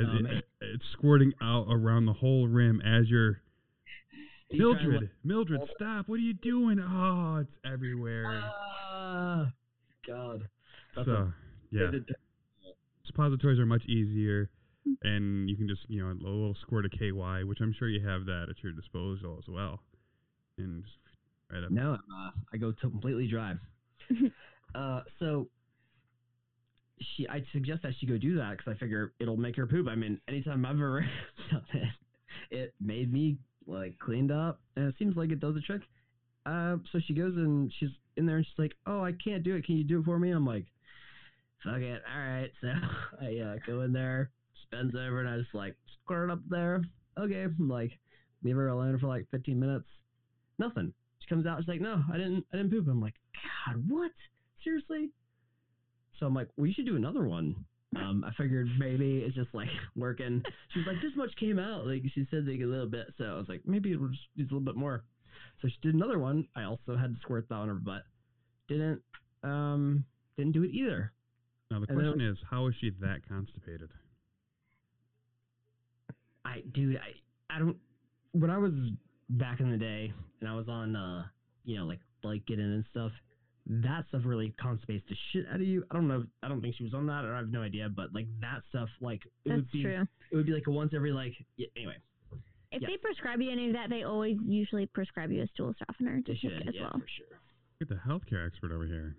S3: As
S2: Oh,
S3: it-
S2: man.
S3: it's squirting out around the whole rim as you're
S2: you try and,
S3: Mildred, Mildred, stop! What are you doing? Oh, it's everywhere.
S2: like- Ah, God. That's a
S3: so, yeah,
S2: good-
S3: suppositories are much easier, and you can just you know a little squirt of KY, which I'm sure you have that at your disposal as well, and just right up.
S2: No, I'm, uh, I go to completely dry. uh, so she, I suggest that she go do that because I figure it'll make her poop. I mean, anytime I've ever done it, it made me like cleaned up, and it seems like it does the trick. Uh, so she goes and she's in there and she's like, "Oh, I can't do it. Can you do it for me?" I'm like, "Fuck it, all right." So I uh, go in there, spins over, and I just like squirt up there. Okay, I'm like leave her alone for like 15 minutes. Nothing. She comes out. She's like, "No, I didn't. I didn't poop." I'm like, "God, what? Seriously?" So I'm like, "Well, you should do another one." Um, I figured maybe it's just like working. She was like, "This much came out." Like she said, like a little bit. So I was like, maybe it'll just use a little bit more. So she did another one. I also had to squirt that on her butt. Didn't um didn't do it either.
S3: Now the
S2: And then-
S3: question is, how is she that constipated?
S2: I dude, I I don't. When I was back in the day, and I was on, uh, you know, like like getting and stuff. That stuff really constipates the shit out of you. I don't know. I don't think she was on that, or I have no idea. But like that stuff, like it
S4: That's
S2: would be,
S4: true.
S2: it would be like a once every like. Yeah, anyway,
S4: If
S2: yeah.
S4: they prescribe you any of that, they always usually prescribe you a stool softener to
S2: they
S4: take
S2: should,
S4: as
S2: yeah,
S4: well.
S2: for sure.
S3: Get the healthcare expert over here.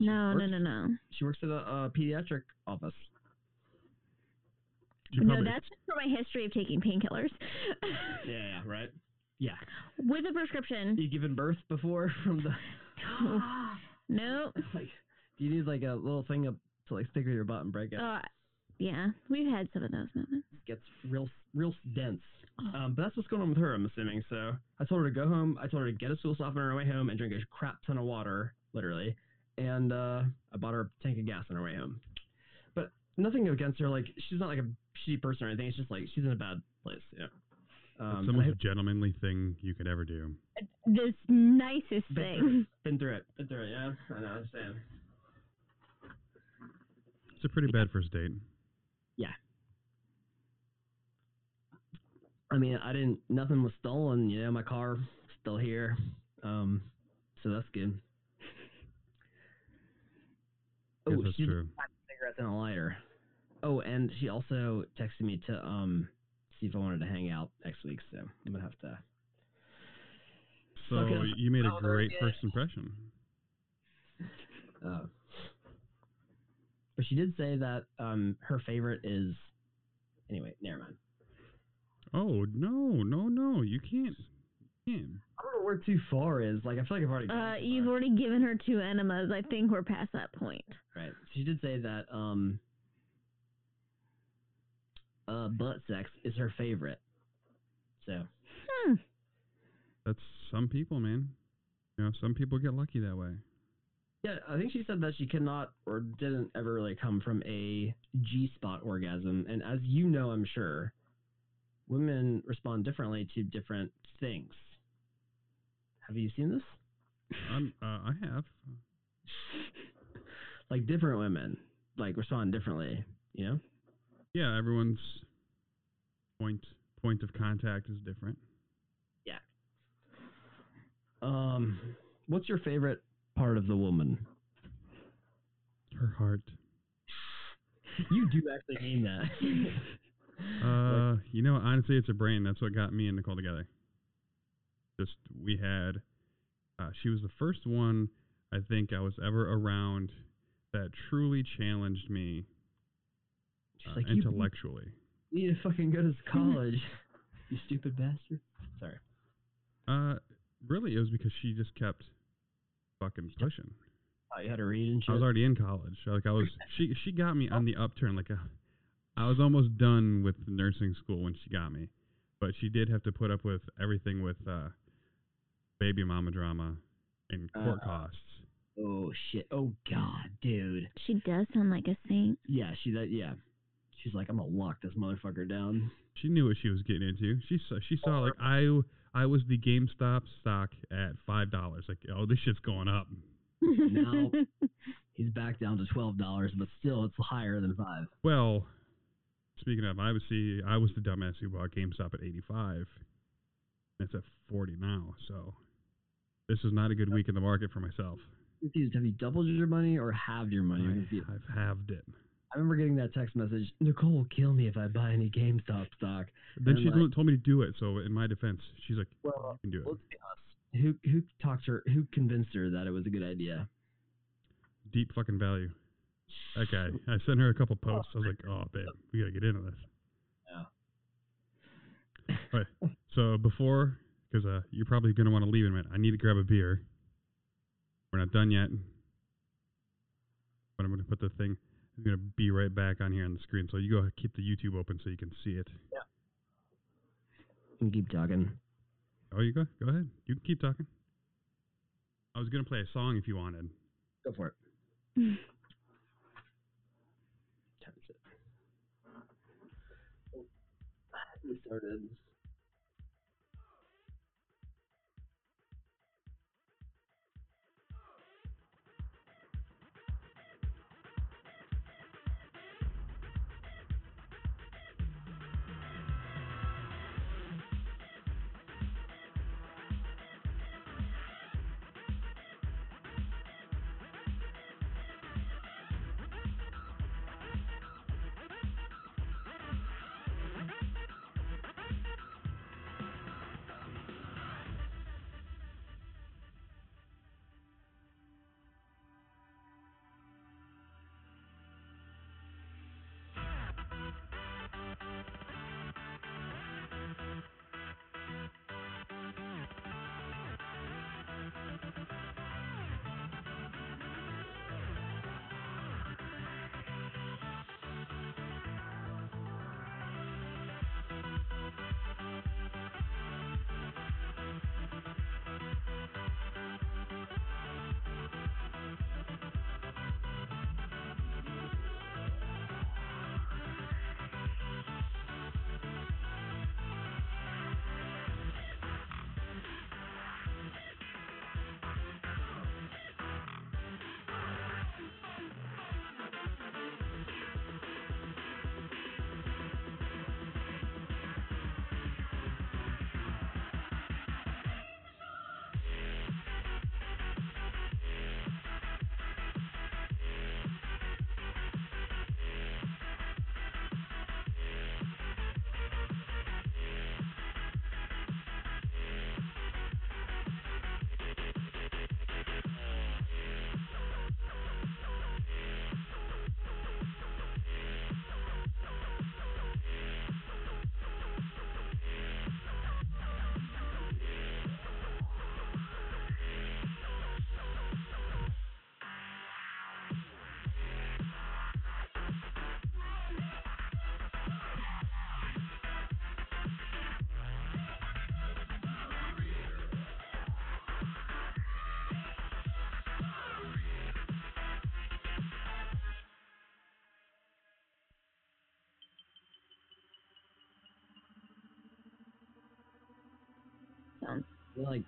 S4: No, no,
S2: works.
S4: no, no.
S2: She works at a, uh pediatric office.
S3: She
S4: no,
S3: probably,
S4: that's just for my history of taking painkillers.
S2: Yeah, yeah, right. Yeah,
S4: With a prescription.
S2: you given birth before from the.
S4: No.
S2: like, do you need like a little thing up to like stick with your butt and break it?
S4: Uh, yeah, we've had some of those moments.
S2: gets real real dense.
S4: Oh.
S2: Um, but that's what's going on with her, I'm assuming. So I told her to go home. I told her to get a stool softener on her way home and drink a crap ton of water, literally. And uh, I bought her a tank of gas on her way home. But nothing against her. Like she's not like a shitty person or anything. It's just like she's in a bad place. Yeah.
S3: that's
S2: Um,
S3: the
S2: and I-
S3: most gentlemanly thing you could ever do.
S4: This
S2: Been through
S4: nicest thing.
S2: it. Been through it. Been through it. Yeah. I know. I understand.
S3: It's a pretty bad first date.
S2: I mean, I didn't. Nothing was stolen. You know, my car still here. Um, so that's good.
S3: Yes,
S2: Oh,
S3: that's
S2: she's
S3: true.
S2: cigarettes and a lighter. Oh, and she also texted me to um see if I wanted to hang out next week. So I'm gonna have to.
S3: So
S2: suck it up.
S3: you made a
S2: Oh, there
S3: great
S2: it
S3: first impression.
S2: Uh, but she did say that um her favorite is. Anyway, never mind.
S3: Oh no, no, no! You can't, you can't.
S2: I don't know where too far is. Like I feel like I've already. gone
S4: Uh,
S2: too
S4: you've
S2: far.
S4: already given her two enemas. I think we're past that point.
S2: Right. She did say that um uh butt sex is her favorite. So
S4: Hmm.
S3: That's some people, man. You know, some people get lucky that way.
S2: yeah, I think she said that she cannot or didn't ever really come from a G spot orgasm. And as you know, I'm sure, women respond differently to different things. Have you seen this?
S3: I'm, uh, I have.
S2: Like different women like respond differently, you know?
S3: Yeah, everyone's point point of contact is different.
S2: Um what's your favorite part of the woman?
S3: Her heart.
S2: You do actually mean that.
S3: Uh, you know, honestly, it's her brain. That's what got me and Nicole together. Just we had. Uh, she was the first one I think I was ever around that truly challenged me
S2: She's
S3: uh,
S2: like, "You-
S3: intellectually.
S2: You need to fucking go to college, you stupid bastard. Sorry.
S3: Uh, really, it was because she just kept fucking pushing.
S2: Oh, you had to read and shit.
S3: I was already in college. Like I was, she she got me on the upturn. Like uh, I was almost done with nursing school when she got me, but she did have to put up with everything with uh, baby mama drama and court
S2: Uh,
S3: costs.
S2: oh shit. Oh god, dude.
S4: She does sound like a saint.
S2: Yeah, she that. Yeah, she's like, I'm gonna lock this motherfucker down.
S3: She knew what she was getting into. She saw she saw like I w- I was the GameStop stock at five dollars. Like oh this shit's going up.
S2: No. He's back down to twelve dollars, but still, it's higher than five.
S3: Well, speaking of, I was the I was the dumbass who bought GameStop at eighty five. It's at forty now, so this is not a good week in the market for myself.
S2: Confused. Have you doubled your money or halved your money? I'm
S3: I,
S2: confused.
S3: I've halved it.
S2: I remember getting that text message. Nicole will kill me if I buy any GameStop stock.
S3: Then
S2: And,
S3: she
S2: like-
S3: told- told me to do it. So in my defense, she's like,
S2: Well,
S3: "You can do
S2: let's be honest. Who who talked her? Who convinced her that it was a good idea?
S3: it. Deep fucking value." That guy. I sent her a couple posts. I was like, "Oh, babe, we gotta get into this."
S2: Yeah.
S3: Right. So before, because uh, you're probably gonna want to leave in a minute. I need to grab a beer. We're not done yet. But I'm gonna put the thing. I'm gonna be right back on here on the screen. So you go ahead, keep the YouTube open so you can see it.
S2: And keep talking.
S3: Oh, you go. Go ahead. You can keep talking. I was gonna play a song if you wanted.
S2: Go for it.
S4: Mm.
S2: Times it. We started. They're like,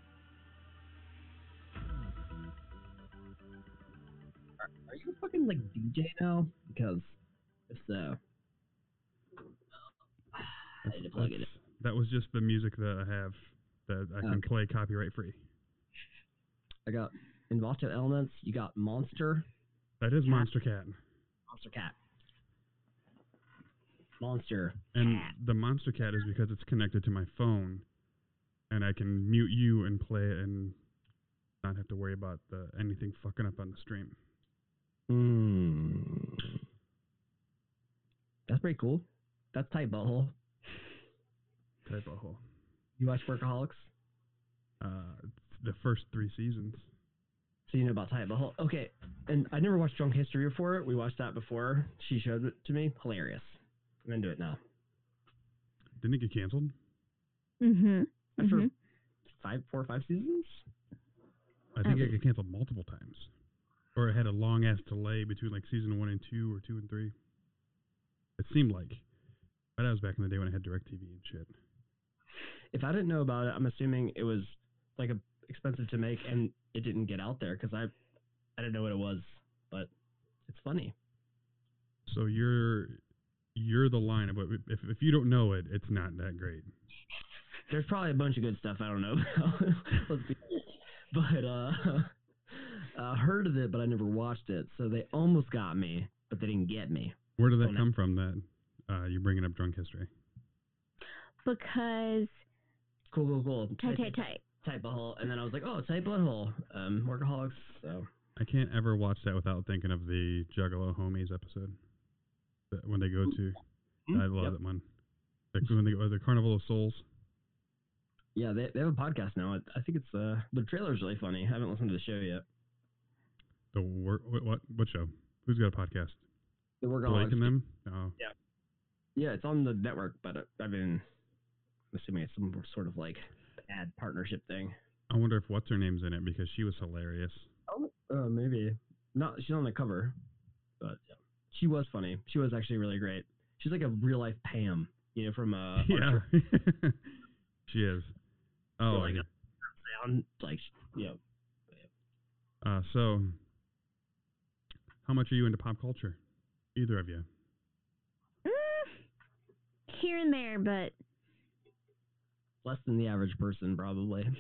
S2: are, are you a fucking like DJ now? Because if so, I
S3: That's-
S2: need to plug it. in.
S3: that's- That was just the music that I have that I can
S2: Okay.
S3: play copyright free.
S2: I got Envato Elements. You got Monster,
S3: That is
S4: Yeah.
S3: Monster Cat.
S2: Monster Cat, Monster.
S3: And
S4: Cat.
S3: the Monster Cat is because it's connected to my phone and I can mute you and play it and not have to worry about the, anything fucking up on the stream.
S2: Mm. That's pretty cool. That's tight, butthole.
S3: Type of hole.
S2: You watch Workaholics,
S3: Uh, the first three seasons.
S2: so you know about tight butthole. Okay, and I never watched Drunk History before. We watched that before. She showed it to me. Hilarious. I'm into it now.
S3: Didn't it get canceled?
S4: Mm-hmm.
S2: After five, four, or five seasons.
S3: I think it
S4: Um,
S3: got canceled multiple times. Or it had a long ass delay between like season one and two or two and three. It seemed like. But that was back in the day when I had DirecTV and shit.
S2: If I didn't know about it, I'm assuming it was like a, expensive to make, and it didn't get out there because I, I didn't know what it was, but it's funny.
S3: So you're you're the line of what if if you don't know it, it's not that great.
S2: there's probably a bunch of good stuff I don't know about. Let's be honest. But uh I heard of it but I never watched it. So they almost got me, but they didn't get me.
S3: Where did that
S2: Oh, no.
S3: come from that uh, you're bringing up drunk history?
S4: Because
S2: Cool, cool, cool.
S4: tight, tight, tight.
S2: Tight butthole. And then I was like, oh, tight butthole. Um, workaholics. So
S3: I can't ever watch that without thinking of the Juggalo Homies episode. That- When they go to I love
S2: mm-hmm, Yep.
S3: that one. Like when they go the Carnival of Souls.
S2: Yeah, they, they have a podcast now. I, I think it's uh the trailer's really funny. I haven't listened to the show yet.
S3: The wor- what, what what show? Who's got a podcast?
S2: The
S3: Blake
S2: workaholics.
S3: and them? Oh.
S2: yeah, it's on the network, but uh, I mean I'm assuming it's some sort of like ad partnership thing.
S3: I wonder if what's her name's in it because she was hilarious.
S2: Oh, uh, maybe. Not. She's on the cover, but yeah. she was funny. She was actually really great. She's like a real life Pam, you know, from uh,
S3: yeah.
S2: Archer
S3: she is. Oh,
S2: like
S3: I-
S2: Sound. Like, yeah.
S3: Uh, so, how much are you into pop culture? Either of you?
S4: Mm, here and there, but
S2: Less than the average person probably.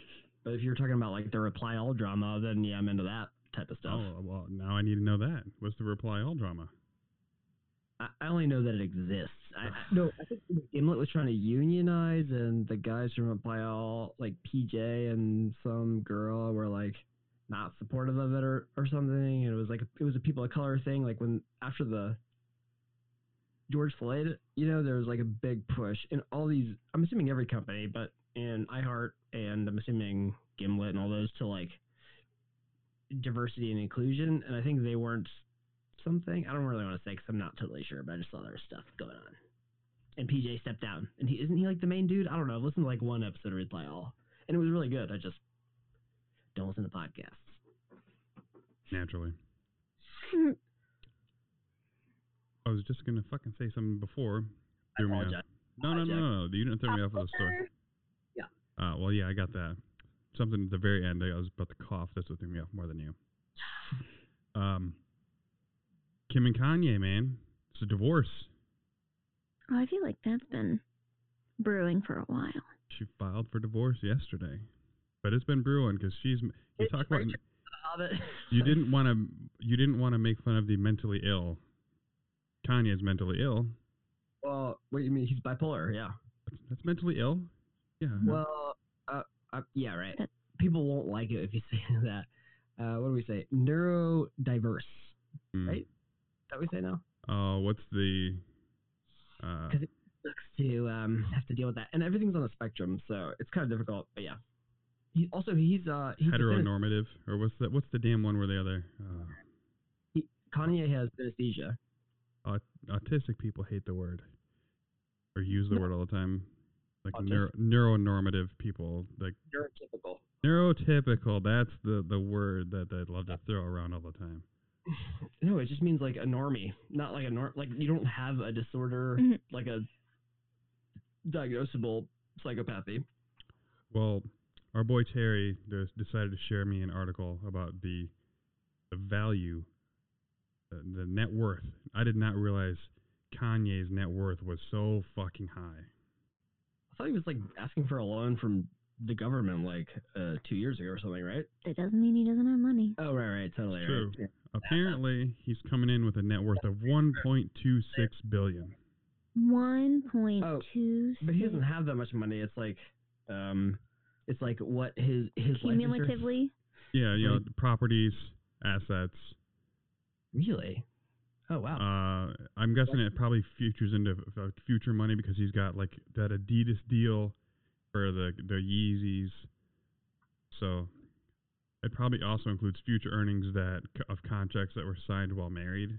S2: But if you're talking about like the reply all drama, then yeah, I'm into that type of stuff.
S3: Oh, well, now I need to know that. What's the reply all drama?
S2: I, I only know that it exists. I, I no, I think Gimlet was trying to unionize, and the guys from Reply All, like PJ and some girl, were like not supportive of it or, or something. And it was like it was a people of color thing. Like when after the George Floyd, you know, there was like a big push, and all these. I'm assuming every company, but in iHeart and I'm assuming Gimlet and all those to like diversity and inclusion. And I think they weren't something. I don't really want to say because I'm not totally sure, but I just saw there was stuff going on. And PJ stepped down, and he isn't he like the main dude? I don't know. I've listened to like one episode of Reply All, and it was really good. I just don't listen to podcasts.
S3: Naturally. I was just gonna fucking say something before.
S2: I
S3: Threw me off.
S2: apologize.
S3: No, no, no, no, no. You didn't throw me off of the story.
S4: Popcorn.
S3: Uh, well, yeah, I got that. Something at the very end. I was about to cough. That's what threw me off more than you. Um, Kim and Kanye, man, it's a divorce.
S4: oh, I feel like that's been brewing for a while.
S3: She filed for divorce yesterday, but it's been brewing because she's. You
S2: It's
S3: talk about
S2: Rachel. Hobbit.
S3: you didn't want to you didn't want to make fun of the mentally ill. Kanye's mentally ill.
S2: Well, what do you mean? He's bipolar. Yeah.
S3: That's, that's mentally ill. Yeah.
S2: Well, uh, uh, yeah, right.
S4: That-
S2: People won't like it if you say that. Uh, what do we say? Neurodiverse. Is
S3: Hmm.
S2: right? that what we say now?
S3: Oh, what's the? Uh,
S2: Cause sucks to um, have to deal with that. And everything's on a spectrum, so it's kind of difficult. But yeah, he also he's uh he's defini-
S3: heteronormative, or what's the what's the damn one where the other uh,
S2: Kanye has synesthesia.
S3: autistic people hate the word or use the
S2: No.
S3: word all the time, like neuro,
S2: Autistic.
S3: neuronormative people, like
S2: Neurotypical.
S3: neurotypical. That's the the word that they love
S2: Uh,
S3: to throw around all the time.
S2: No, it just means like a normie, not like a norm. Like you don't have a disorder
S4: Mhm.
S2: like a diagnosable psychopathy.
S3: Well, our boy Terry des- decided to share me an article about the the value, the, the net worth. I did not realize Kanye's net worth was so fucking high.
S2: I thought he was like asking for a loan from the government like uh, two years ago or something, right?
S4: That doesn't mean he doesn't have money.
S2: Oh, right, right, totally. right.
S3: True.
S2: Yeah.
S3: Apparently, he's coming in with a net worth of 1.26 billion.
S4: One point
S2: Oh,
S4: two
S2: But he doesn't have that much money. It's like, um, it's like what his his Life
S4: cumulatively.
S3: Yeah, you know,
S2: Right.
S3: properties, assets.
S2: insurance- really? Oh wow.
S3: Uh, I'm guessing it probably futures into f- uh, future money because he's got like that Adidas deal for the the Yeezys. So it probably also includes future earnings that of contracts that were signed while married.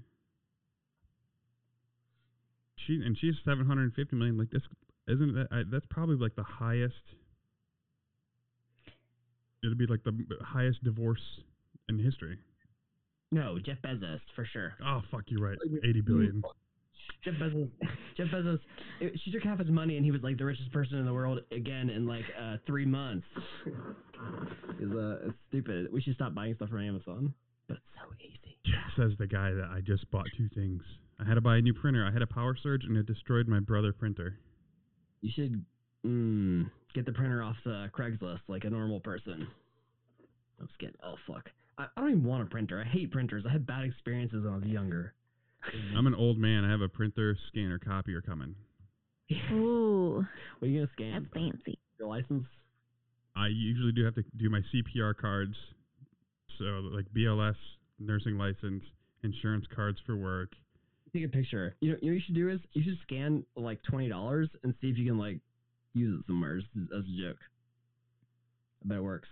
S3: She and she's 750 million. Like this isn't that I, that's probably like the highest. It'll be like the m- highest divorce in history.
S2: no, Jeff Bezos for sure.
S3: Oh fuck, you're right. 80 billion.
S2: Jeff Bezos. Jeff Bezos. it- she took half his money, and he was like the richest person in the world again in like uh, three months. Is uh, it's stupid. We should stop buying stuff from Amazon. But it's so easy.
S3: Says the guy that I just bought two things. I had to buy a new printer. I had a power surge and it destroyed my brother printer.
S2: You should mm, get the printer off the Craigslist like a normal person. I'm just kidding. Oh fuck. I, I don't even want a printer. I hate printers. I had bad experiences when I was younger. Mm-hmm.
S3: I'm an old man. I have a printer, scanner, copier coming.
S2: what
S4: Ooh,
S2: are you gonna scan?
S4: that's fancy.
S2: Your license?
S3: I usually do have to do my CPR cards, so like BLS, nursing license, insurance cards for work.
S2: Take a picture. You know, you know what you should do is you should scan like twenty dollars and see if you can like use it somewhere as, as a joke. I bet it works.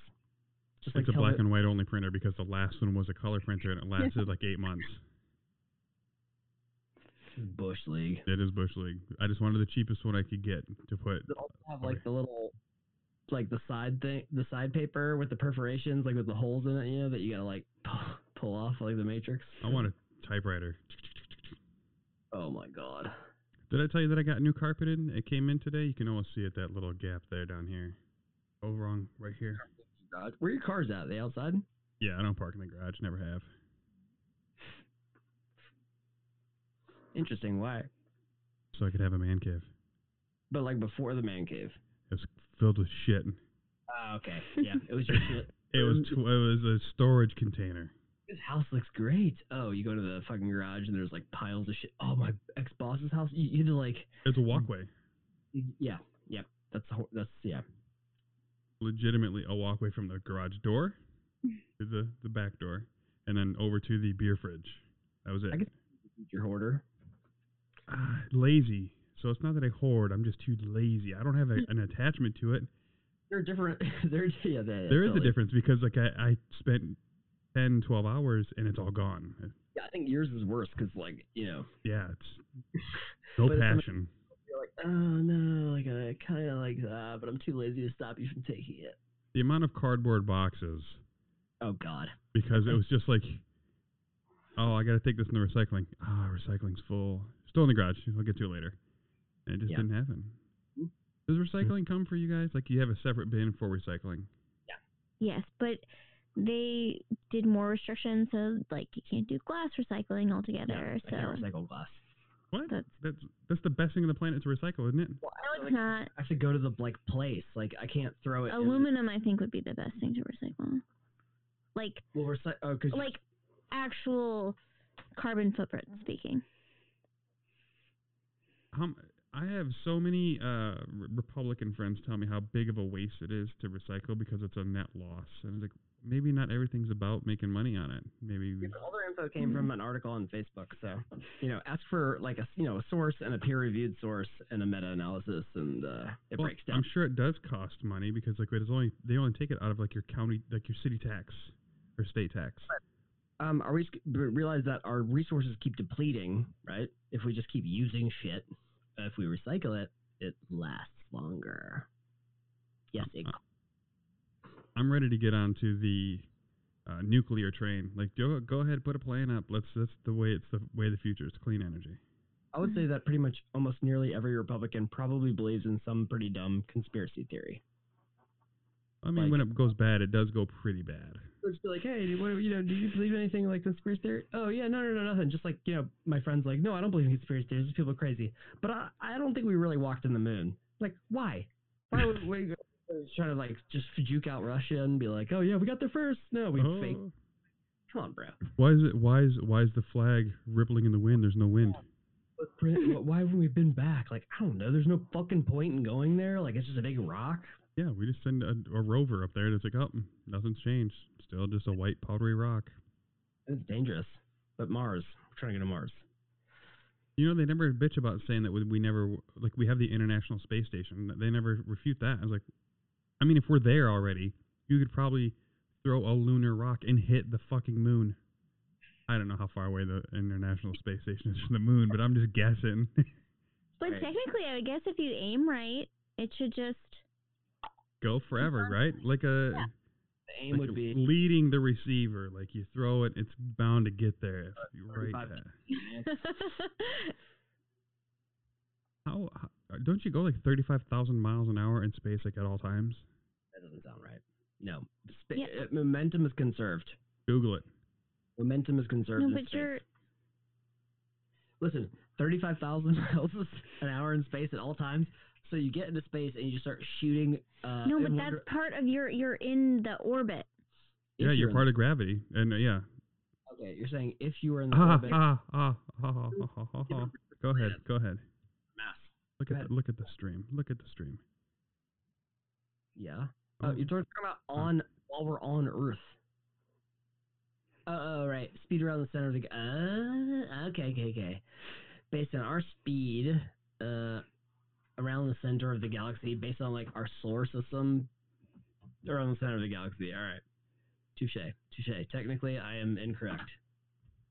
S2: Just
S3: It's a
S2: tell
S3: black
S2: the-
S3: and white only printer because the last one was a color printer and it lasted like eight months.
S2: Bush League.
S3: It is Bush League. I just wanted the cheapest one I could get to put.
S2: Does it also have like the little, like the side thing, the side paper with the perforations, like with the holes in it, you know, that you gotta like pull, pull off like the Matrix?
S3: I want a typewriter.
S2: Oh my god.
S3: Did I tell you that I got new carpeted? It came in today. You can almost see it that little gap there down here. Oh, wrong, right here.
S2: God. Where your cars at? They outside?
S3: Yeah, I don't park in the garage. Never have.
S2: Interesting. Why?
S3: So I could have a man cave.
S2: But like before the man cave.
S3: It was filled with shit.
S2: Ah, okay. Yeah, it was your shit.
S3: It was tw- it was a storage container.
S2: This house looks great. Oh, you go to the fucking garage and there's like piles of shit. Oh, my ex boss's house. You, you had to like,
S3: It's a walkway.
S2: yeah, yeah. That's the whole- that's yeah.
S3: Legitimately a walkway from the garage door to the the back door, and then over to the beer fridge. That was it.
S2: I guess- Your hoarder.
S3: Ah, lazy. So it's not that I hoard. I'm just too lazy. I don't have
S2: Mm.
S3: a, an attachment to it.
S2: They're different. They're yeah. They,
S3: There is a
S2: totally.
S3: difference because like I, I spent 10 12 hours and it's all gone
S2: Yeah, I think yours is worse because, like, you know,
S3: yeah it's no
S2: But it's ama-
S3: passion
S2: you're like, oh no, like I kind of like that, but I'm too lazy to stop you from taking it.
S3: the amount of cardboard boxes
S2: Oh God,
S3: because it was just like oh i gotta take this in the recycling ah recycling's full still in the garage i'll get to it later and it just
S2: Yeah. Mm-hmm.
S3: didn't happen does recycling come for you guys like you have a separate bin for recycling
S4: Yes, but they did more restrictions, so like you can't do glass recycling altogether.
S2: I can't
S4: so
S2: recycle glass.
S3: what
S4: That's-
S3: that's that's the best thing on the planet to recycle isn't it
S4: no, it's not.
S2: I have to go to the like place. Like I can't throw it. in the-
S4: Aluminum, I think, would be the best thing to recycle. Like,
S2: Well, recycle. Oh, cause
S4: like actual carbon footprint
S2: Mm-hmm.
S4: speaking.
S3: Hum, I have so many uh, r- Republican friends tell me how big of a waste it is to recycle because it's a net loss, and it's like maybe not everything's about making money on it. Maybe
S2: Yeah, but all their info
S3: Mm-hmm.
S2: came from an article on Facebook. So you know, ask for like a s- you know a source and a peer reviewed source and a meta analysis, and uh, it
S3: Well,
S2: breaks down.
S3: I'm sure it does cost money because like it's only they only take it out of like your county, like your city tax or state tax.
S2: Um, are we s- b- realize that our resources keep depleting, right? If we just keep using shit, but if we recycle it, it lasts longer. Yes, it,
S3: Uh, I'm ready to get onto the uh, nuclear train. Like go go ahead, put a plane up. Let's that's the way it's the way of the future. It's clean energy.
S2: I would say that pretty much almost nearly every Republican probably believes in some pretty dumb conspiracy theory.
S3: I mean,
S2: Like- uh,
S3: when it goes bad, it does go pretty bad.
S2: So just be like, hey, do- what, you know, do you believe anything like conspiracy theory? Oh yeah, no, no, no, nothing. Just like you know, my friends like, no, I don't believe in conspiracy theories. These people are crazy. But I, I don't think we really walked in the moon. Like, why? Why would we try to like just juke out Russia and be like, oh yeah, we got there first? No, we
S3: Oh.
S2: fake. Come on, bro.
S3: Why is it? Why is why is the flag rippling in the wind? There's no wind.
S2: But Brit- wh- why haven't we been back? Like, I don't know. There's no fucking point in going there. Like, it's just a big rock.
S3: Yeah, we just send a, a rover up there, and it's like, oh, nothing's changed. Still just a white powdery rock.
S2: It's dangerous. But Mars, we're trying to go to Mars.
S3: You know, they never bitch about saying that we we never like we have the International Space Station. They never refute that. I was like, I mean, if we're there already, you could probably throw a lunar rock and hit the fucking moon. I don't know how far away the International Space Station is from the moon, but I'm just guessing.
S4: But
S2: Right.
S4: technically, I would guess if you aim right, it should just.
S3: Go forever, right? Like a
S4: Yeah.
S2: The aim
S3: like
S2: would be
S3: leading the receiver. Like you throw it, it's bound to get there. If you right.
S2: 35
S3: that. How, how don't you go like thirty-five thousand miles an hour in space like at all times?
S2: That doesn't sound right. No. Spa-
S4: Yeah.
S2: uh, momentum is conserved.
S3: Google it.
S2: Momentum is conserved.
S4: no,
S2: in
S4: but
S2: space.
S4: you're.
S2: Listen, 35,000 miles an hour in space at all times. So you get into space and you just start shooting. Uh,
S4: No,
S2: in
S4: but
S2: one
S4: that's
S2: dir-
S4: part of your. You're in the orbit.
S2: if
S3: yeah, you're
S2: in-
S3: part of gravity, and uh, yeah.
S2: Okay, you're saying if you were in the
S3: Ah,
S2: orbit,
S3: ah, ah, ah, ah, ah, ah, ah. Go ahead, go ahead.
S2: mass.
S3: Look
S2: Go
S3: at
S2: ahead.
S3: the, look at the stream. Look at the stream.
S2: Yeah. Oh,
S3: Oh,
S2: you're talking about on while we're on Earth. Oh, oh, right. Speed around the center of the. g- Uh, okay, okay, okay. Based on our speed uh, around the center of the galaxy, based on like our solar system around the center of the galaxy. All right. Touche. Touche. Technically, I am incorrect.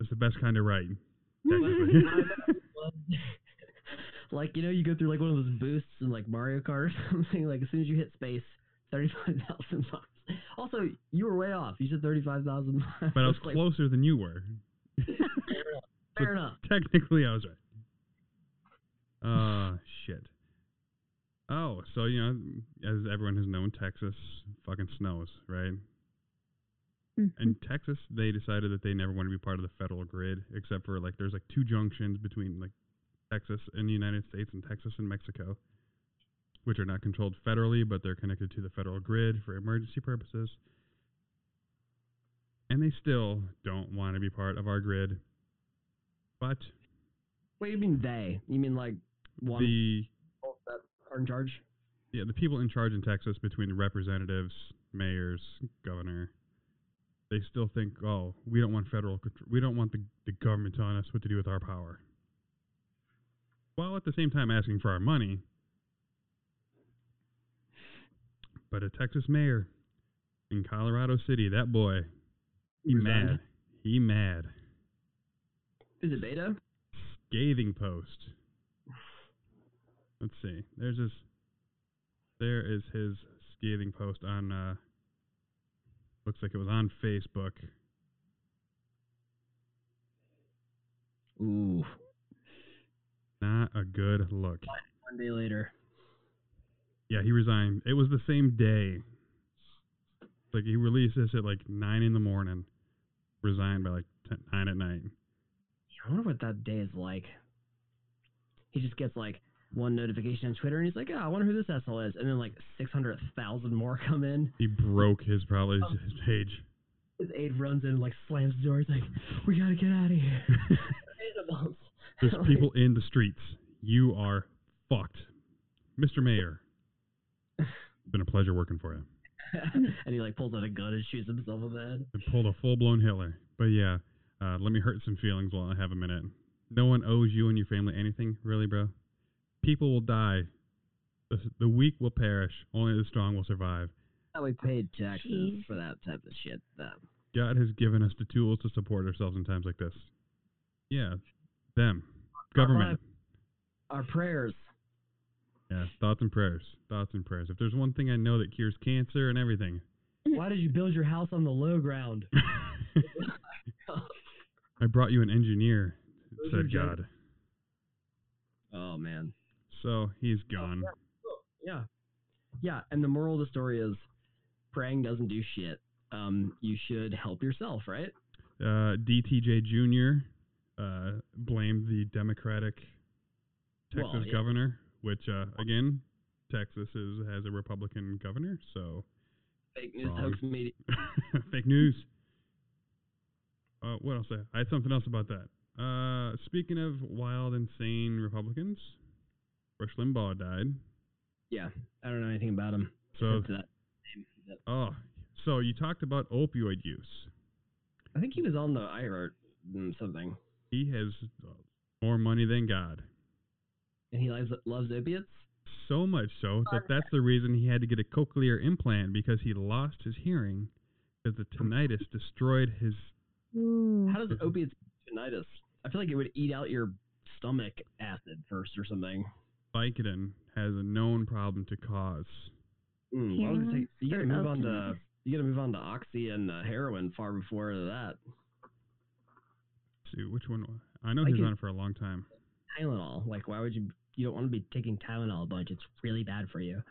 S3: It's the best kind of right.
S2: Like,
S3: Technically.
S2: like you know, you go through like one of those boosts in like Mario Kart or something. Like as soon as you hit space, thirty-five thousand miles. Also, you were way off. You said thirty-five thousand miles.
S3: but I was
S2: Like,
S3: closer than you were.
S2: Fair enough.
S3: Technically, I was right. Uh, shit. Oh, so you know, as everyone has known, Texas fucking snows, right? In Texas, they decided that they never want to be part of the federal grid, except for like there's like two junctions between like Texas and the United States and Texas and Mexico, which are not controlled federally, but they're connected to the federal grid for emergency purposes. And they still don't want to be part of our grid. But
S2: What do you mean they? You mean like one
S3: the
S2: that are in charge?
S3: yeah, the people in charge in Texas between the representatives, mayors, governor, they still think, oh, we don't want federal, contr- we don't want the, the government telling us what to do with our power. While at the same time asking for our money. But a Texas mayor in Colorado City, that boy, he
S2: Resigned.
S3: mad. He mad.
S2: Is it Beta?
S3: scathing post. Let's see. There's his. There is his scathing post on. Uh, looks like it was on Facebook.
S2: Ooh.
S3: Not a good look.
S2: One day later.
S3: Yeah, he resigned. It was the same day. Like he released this at like nine in the morning. Resigned by like t- nine at night.
S2: I wonder what that day is like. He just gets like one notification on Twitter and he's like, oh, I wonder who this asshole is. And then like 600,000 more come in.
S3: He broke his probably his, his page.
S2: His aide runs in and like slams the door. He's like, "We gotta get out of here." Animals.
S3: There's
S2: Like,
S3: people in the streets. You are fucked. Mr. Mayor, it's been a pleasure working for you.
S2: and he like pulls out a gun and shoots himself in the head.
S3: I pulled a full blown Hitler. But yeah, uh, let me hurt some feelings while I have a minute. No one owes you and your family anything, really, bro. People will die. The, the weak will perish. Only the strong will survive.
S2: How we paid taxes
S4: Jeez.
S2: for that type of shit. That
S3: God has given us the tools to support ourselves in times like this. Yeah, them, government.
S2: our prayers.
S3: Yeah, thoughts and prayers. Thoughts and prayers. If there's one thing I know that cures cancer and everything,
S2: Why did you build your house on the low ground?
S3: I brought you an engineer,
S2: Those are
S3: said
S2: jokes.
S3: God.
S2: Oh man. Oh,
S3: So he's gone.
S2: Yeah, yeah. And the moral of the story is, praying doesn't do shit. Um, you should help yourself, right?
S3: Uh, DTJ Jr. Uh, blamed the Democratic Texas
S2: Well, yeah.
S3: governor, which uh, again, Texas is has a Republican governor, so
S2: Fake news,
S3: Wrong.
S2: hoax media.
S3: fake news. Uh, what else? I, I had something else about that. Uh, speaking of wild, insane Republicans, Rush Limbaugh died.
S2: Yeah, I don't know anything about him.
S3: So,
S2: except that name. That-
S3: oh, so you talked about opioid use.
S2: I think he was on the IRART mm, something,
S3: He has uh, more money than God.
S2: and he loves, loves opiates.
S3: So much so that that's the reason he had to get a cochlear implant because he lost his hearing because the tinnitus destroyed his.
S2: How does opiates give tinnitus? I feel like it would eat out your stomach acid first or something.
S3: Vicodin has a known problem to cause.
S2: Mm, why would it
S4: Heroin
S2: take- you gotta
S4: or
S2: move on to
S4: opiates?
S2: you gotta move on to oxy and uh, heroin far before that.
S3: See which one? I know he's
S2: Vicodin-
S3: on it for a long time.
S2: Tylenol, like why would you? You don't want to be taking Tylenol a bunch. It's really bad for you.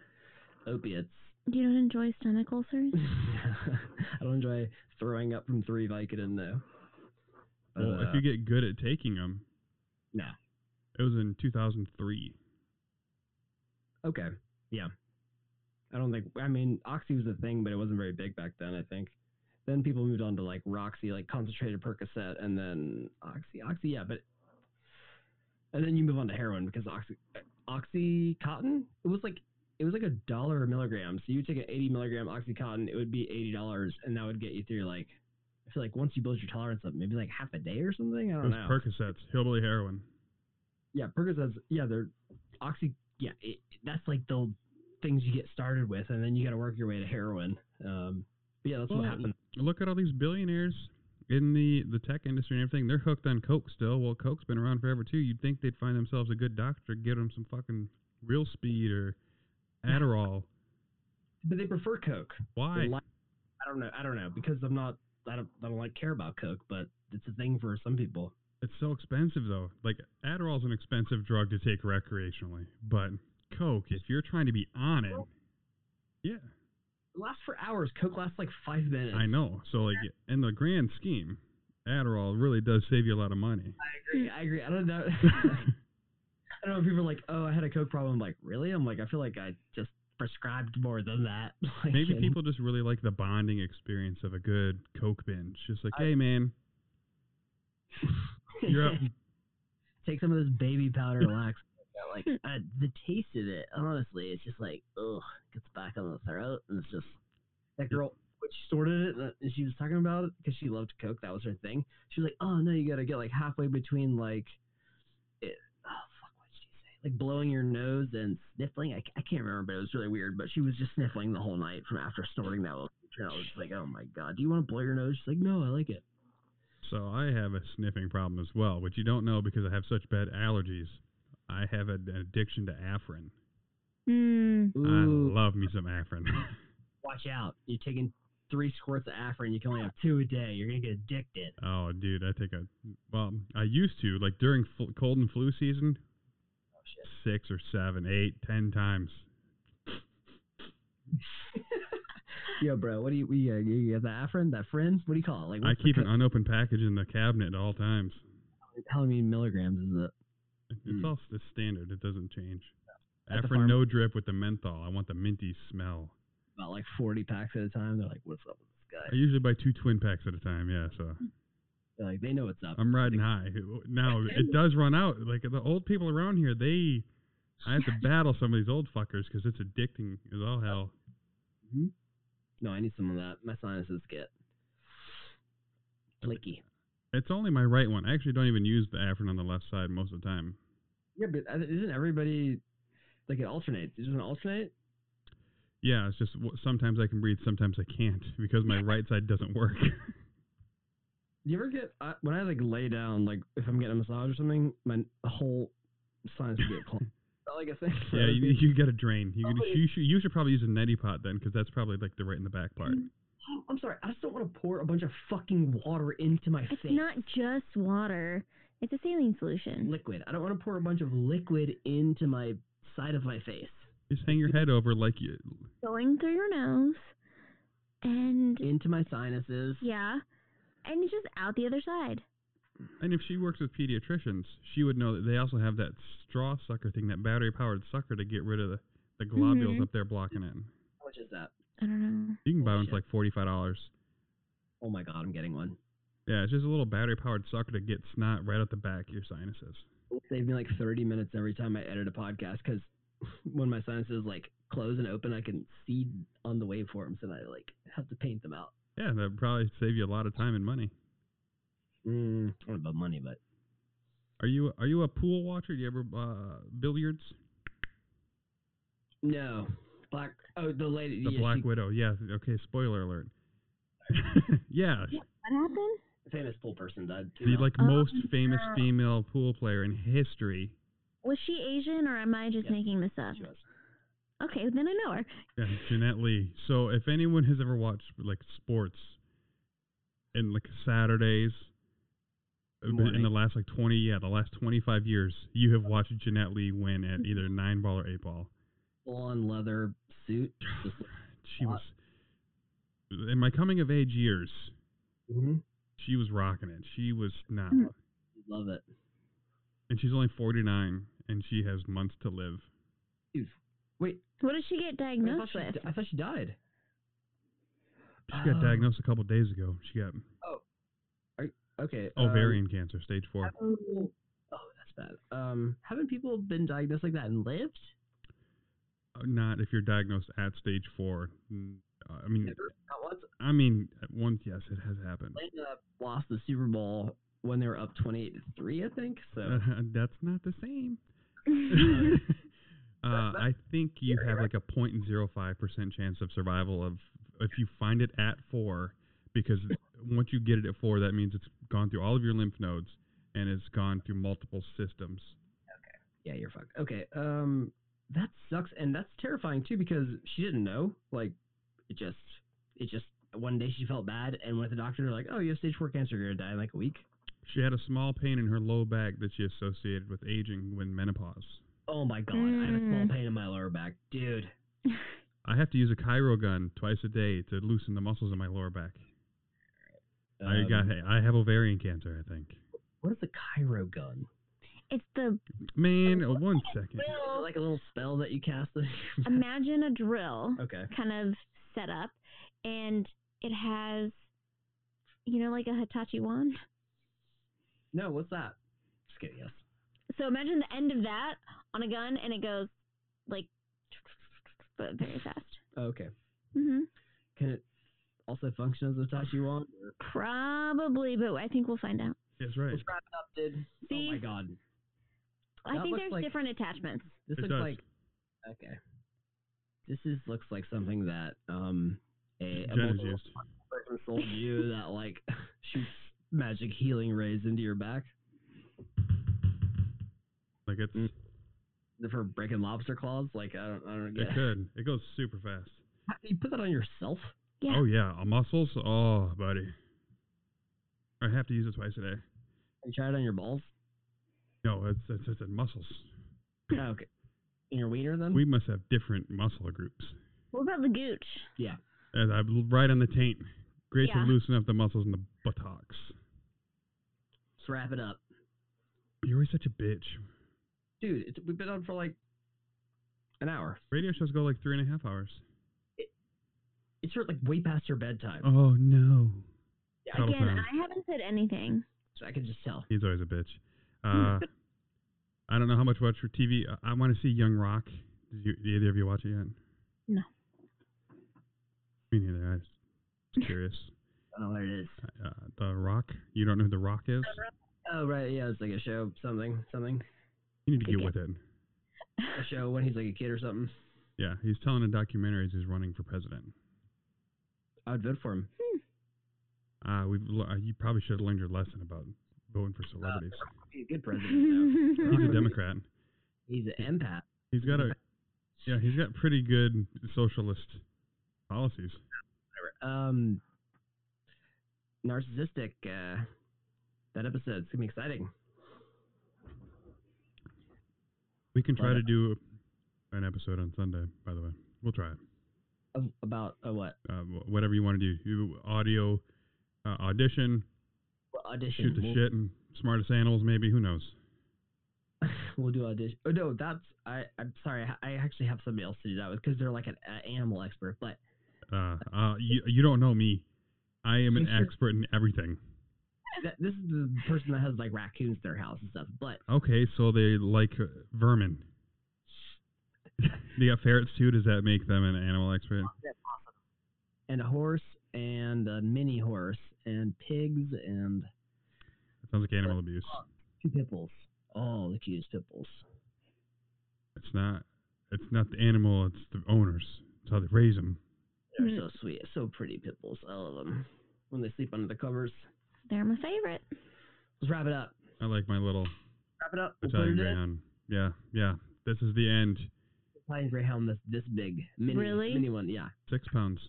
S2: Opiates.
S4: You don't enjoy stomach ulcers?
S2: I don't enjoy throwing up from three Vicodin though. But,
S3: Well,
S2: uh,
S3: if you get good at taking them,
S2: No.
S3: It was in 2003.
S2: Okay. Yeah. I don't think. I mean, Oxy was a thing, but it wasn't very big back then. I think. Then people moved on to like Roxy, like concentrated Percocet, and then Oxy, Oxy, yeah, but. And then you move on to heroin because Oxy, Oxy Cotton, it was like it was like a dollar a milligram. So you take an eighty milligram Oxy Cotton, it would be eighty dollars, and that would get you through like. I feel like once you build your tolerance up, maybe like half a day or something. I
S3: It
S2: don't
S3: was
S2: know.
S3: Percocets, hillbilly heroin.
S2: Yeah, Percocets. Yeah, they're oxy. Yeah, it, that's like the things you get started with, and then you got to work your way to heroin. Um, but yeah, that's
S3: Well,
S2: what happened.
S3: Look at all these billionaires in the the tech industry and everything. They're hooked on coke still. Well, coke's been around forever too. You'd think they'd find themselves a good doctor, give them some fucking real speed or Adderall.
S2: But they prefer Coke. They
S3: Why?
S2: like- I don't know. I don't know because I'm not. I don't. I don't like care about Coke, but it's a thing for some people.
S3: It's so expensive though. Like Adderall's an expensive drug to take recreationally, but coke, if you're trying to be on it, yeah,
S2: It lasts for hours. Coke lasts like five minutes.
S3: I know. So like in the grand scheme, Adderall really does save you a lot of money.
S2: agree. I agree. I don't know. I don't know. People are like, "Oh, I had a Coke problem." I'm like, really? I'm like, I feel like I just prescribed more than that. Like,
S3: Maybe
S2: and-
S3: people just really like the bonding experience of a good Coke binge. Just like,
S2: I-
S3: hey man, you're up.
S2: take some of this baby powder relax. Like I, the taste of it, honestly, it's just like ugh, gets back on the throat, and it's just that girl. When she sorted it, and that- and she was talking about it because she loved Coke. That was her thing. She was like, "Oh no, you gotta get like halfway between like, it, oh fuck, what did she say? Like blowing your nose and sniffling. I, c- I can't remember, but it was really weird. But she was just sniffling the whole night from after snorting that. Little, and I was like, "Oh my god, do you want to blow your nose?" She's like, "No, I like it."
S3: So I have a sniffing problem as well, which you don't know because I have such bad allergies. I have an addiction to Afrin.
S4: Mm.
S2: Ooh.
S3: I love me some Afrin.
S2: watch out. You're taking three squirts of Afrin. You can only have two a day. You're going to get addicted.
S3: oh, dude, I take a. Well, I used to like during fl- cold and flu season,
S2: Oh, shit.
S3: six or seven, eight, ten times.
S2: Yo, bro, what do you, uh, you, got- you got the Afrin, that Frin? What do you call it? Like,
S3: I
S2: what's the
S3: keep an
S2: co-
S3: unopened package in the cabinet at all times.
S2: how many milligrams is it?
S3: It's
S2: Mm.
S3: all s- standard. It doesn't change.
S2: At the
S3: Afrin
S2: pharm-
S3: no drip with the menthol. I want the minty smell.
S2: About like 40 packs at a time. They're like, what's up with this guy?
S3: I usually buy two twin packs at a time. Yeah, so
S2: They're like, they know what's up.
S3: I'm riding high. Now it does run out. Like the old people around here, they I have to battle some of these old fuckers because it's addicting as all hell.
S2: no, I need some of that. My sinuses get flaky.
S3: It's only my right one. I actually don't even use the Afrin on the left side most of the time.
S2: Yeah, but uh, isn't everybody, like, it alternates? It doesn't alternate?
S3: Yeah, it's just w- sometimes I can breathe, sometimes I can't because my right side doesn't work.
S2: Do you ever get I, when I like lay down, like if I'm getting a massage or something, my whole sinus would get clogged. Is that, like a thing. for
S3: yeah,
S2: other
S3: you,
S2: people?
S3: you got to drain. You, can,
S2: Somebody-
S3: you should you should probably use a neti pot then because that's probably like the right in the back part.
S2: Oh, I'm sorry. I just don't want to pour a bunch of fucking water into my
S4: It's
S2: face.
S4: not just water. It's a saline solution.
S2: liquid. I don't want to pour a bunch of liquid into my side of my face.
S3: Just hang your head over like you.
S4: Going through your nose, and
S2: into my sinuses.
S4: yeah, and it's just out the other side.
S3: And if she works with pediatricians, she would know that they also have that straw sucker thing, that battery powered sucker to get rid of the, the globules
S4: Mhm.
S3: up there blocking it.
S2: How much is that?
S4: I don't know.
S3: You can buy one
S2: Bullshit.
S3: for like forty five dollars.
S2: Oh my god, I'm getting one.
S3: Yeah, it's just a little battery powered sucker to get snot right out the back of your sinuses.
S2: It saved me like 30 minutes every time I edit a podcast because when my sinuses like close and open, I can see on the waveforms and I like have to paint them out.
S3: Yeah, that would probably save you a lot of time and money.
S2: Mm, I don't know about money, but
S3: Are you are you a pool watcher? Do you ever uh, billiards?
S2: no. Black. Oh, the lady.
S3: The
S2: yeah,
S3: Black
S2: she-
S3: Widow. Yeah. Okay. Spoiler alert. yeah,
S4: What happened?
S2: famous pool person died. Too,
S3: the
S2: huh?
S3: like
S4: Oh,
S3: most famous
S4: yeah.
S3: female pool player in history.
S4: Was she Asian or am I just
S2: Yes.
S4: making this up?
S2: She was.
S4: Okay, then I know her.
S3: Yeah, Jeanette Lee. So if anyone has ever watched like sports in like Saturdays uh, in the
S2: Morning.
S3: last like twenty yeah, the last twenty five years, you have watched Jeanette Lee win at either nine ball or eight ball.
S2: Full on leather suit. Just like,
S3: She was
S2: Hot.
S3: in my coming of age years,
S2: mhm,
S3: she was rocking it. She was not
S4: Mm.
S2: Love it.
S3: and she's only forty nine and she has months to live.
S2: Wait,
S4: What did she get
S2: I
S4: diagnosed
S2: thought, she,
S4: with?
S2: di- I thought she died.
S3: She got
S2: Oh.
S3: diagnosed a couple days ago. She got
S2: Okay. um,
S3: ovarian cancer, stage four.
S2: haven't people- Oh, that's bad. Um, haven't people been diagnosed like that and lived?
S3: Uh, Not if you're diagnosed at stage four. Mm, uh, I mean,
S2: Never. Not once.
S3: I mean, at once, yes, it has happened.
S2: Atlanta lost the Super Bowl when they were up 28 to 3, I think. So
S3: Uh, that's not the same. uh,
S2: That-
S3: I think you
S2: Yeah,
S3: have like a 0.05% chance of survival of if you find it at four, because once you get it at four, that means it's gone through all of your lymph nodes and it's gone through multiple systems.
S2: yeah, you're fucked. Okay. Um, that sucks, and that's terrifying too because she didn't know. Like, it just, it just. One day she felt bad and went to the doctor. Like, oh, you have stage four cancer. You're gonna die in like a week.
S3: She had a small pain in her low back that she associated with aging when menopause.
S2: Oh my god, I have a small
S4: Mm.
S2: pain in my lower back, dude.
S3: I have to use a chiro gun twice a day to loosen the muscles in my lower back. I
S2: Um,
S3: got I have ovarian cancer, I think.
S2: What is the Cairo gun?
S4: it's the
S3: Man, uh, one second.
S2: Is it like a little spell that you cast. on your back?
S4: imagine a drill
S2: okay.
S4: kind of setup, and it has, you know, like a Hitachi wand.
S2: No, what's that? Just kidding. Yes.
S4: So imagine the end of that on a gun, and it goes like, but very fast.
S2: Oh, Okay. Mm-hmm.
S4: hmm
S2: Can it also function as a Tashi wand? or-
S4: Probably, but I think we'll find out.
S3: That's right.
S2: Let's wrap it up, dude.
S4: See?
S2: Oh my god.
S4: I
S2: That
S4: think
S2: looks
S4: there's
S2: like-
S4: different attachments.
S2: This
S3: It
S2: looks
S3: does.
S2: like okay. This is looks like something that um a, a
S3: Jenna's
S2: multiple
S3: used.
S2: person sold you that like shoots magic healing rays into your back
S3: Like it's
S2: Mm. for breaking lobster claws. Like I don't I don't get.
S3: it could. It goes super fast.
S2: How- You put that on yourself?
S4: Yeah.
S3: Oh yeah, uh, muscles. Oh, buddy. I have to use it twice a day.
S2: You try it on your balls?
S3: No, it's it's, it's in muscles.
S2: Yeah, okay. In your wiener
S4: Mm.
S2: then?
S3: We must have different muscle groups.
S4: What about the gooch?
S3: And I'm right on the taint. Great
S4: Yeah.
S3: to loosen up the muscles in the buttocks.
S2: Let's wrap it up,
S3: You're always such a bitch.
S2: dude. It's, we've been on for like an hour.
S3: Radio shows go like three and a half hours.
S2: It's sort of like way past your bedtime.
S3: Oh no.
S2: Yeah,
S3: Cuddle
S4: Again,
S3: time.
S4: I haven't said anything.
S2: I, I can just tell.
S3: He's always a bitch. Uh, I don't know how much watch for TV. Uh, I want to see Young Rock. Did, you, did either of you watch it yet?
S4: No.
S3: Me neither. I was just curious.
S2: I don't know what it is.
S3: Uh, the Rock. You don't know who The Rock is?
S2: Oh right, yeah, it's like a show, something, something.
S3: You need to
S4: Good
S3: get with it.
S2: A show when he's like a kid or something.
S3: Yeah, he's telling in documentaries he's running for president.
S2: I would vote for him.
S3: Uh, we've le- uh, you probably should have learned your lesson about voting for celebrities.
S2: He's a good president. though.
S3: he's a Democrat.
S2: He's an empath.
S3: He's got a yeah. He's got pretty good socialist policies.
S2: Um, narcissistic. Uh, that episode's gonna be exciting.
S3: We can try
S2: Right
S3: to do an episode on Sunday, by the way. We'll try it.
S2: Of- About a what?
S3: uh, wh- whatever you want to do. You audio, uh, audition,
S2: Well, audition.
S3: shoot the
S2: we'll,
S3: shit, and smartest animals maybe. Who knows?
S2: We'll do audition. Oh no, that's I. I'm sorry. I, ha- I actually have somebody else to do that with because they're like an uh, animal expert. But
S3: Uh, uh, you you don't know me. I am an expert in everything.
S2: that, this is the person that has like raccoons in their house and stuff. But
S3: Okay, so they like uh, vermin. they got ferrets too. Does that make them an animal expert?
S2: and a horse and a mini horse and pigs and
S3: That sounds like animal abuse.
S2: two pit bulls. Oh, the cutest pit bulls.
S3: It's not. It's not the animal. It's the owners. It's how they raise them.
S2: They're
S4: Mm.
S2: so sweet. So pretty pit bulls. I love them. When they sleep under the covers.
S4: They're my favorite.
S2: Let's wrap it up.
S3: I like my little
S2: Wrap it up. We'll put
S3: Italian
S2: it in.
S3: greyhound. Yeah, yeah. This is the end.
S2: Italian greyhound that's this big. Mini,
S4: Really?
S2: Mini one. Yeah.
S3: Six pounds.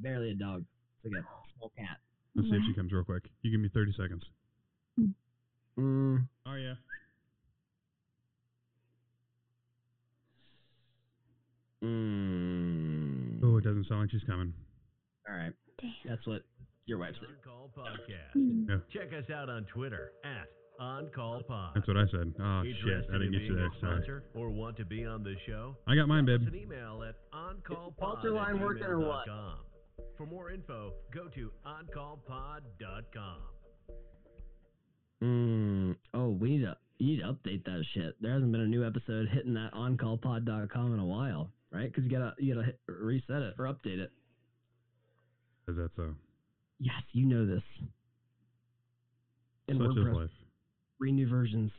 S2: Barely a dog. It's like a small cat.
S3: Let's see if she comes real quick. You give me 30 seconds.
S2: Mm.
S3: Oh, yeah.
S2: Mm.
S3: Oh, it doesn't sound like she's coming.
S2: All right.
S4: Damn.
S2: That's what your wife said.
S1: On Call Podcast.
S4: Mm.
S1: Check us out on Twitter at On Call Pod.
S3: That's what I said. Oh, shit.
S1: Interested
S3: I didn't
S1: in
S3: get you
S1: being a
S3: there. Sorry.
S1: sponsor or want to be on the show?
S3: I got mine,
S1: Send
S3: babe.
S1: us an email at
S2: sponsor
S1: oncallpod@gmail.com.
S2: line working or what?
S1: For more info, go to oncallpod.com.
S2: Mm. Oh, we need to you need to update that shit. There hasn't been a new episode hitting that oncallpod.com in a while, right? Because you gotta you gotta hit, reset it or update it.
S3: Is that so?
S2: Yes, you know this. And
S3: Such is
S2: WordPress
S3: life.
S2: three new versions.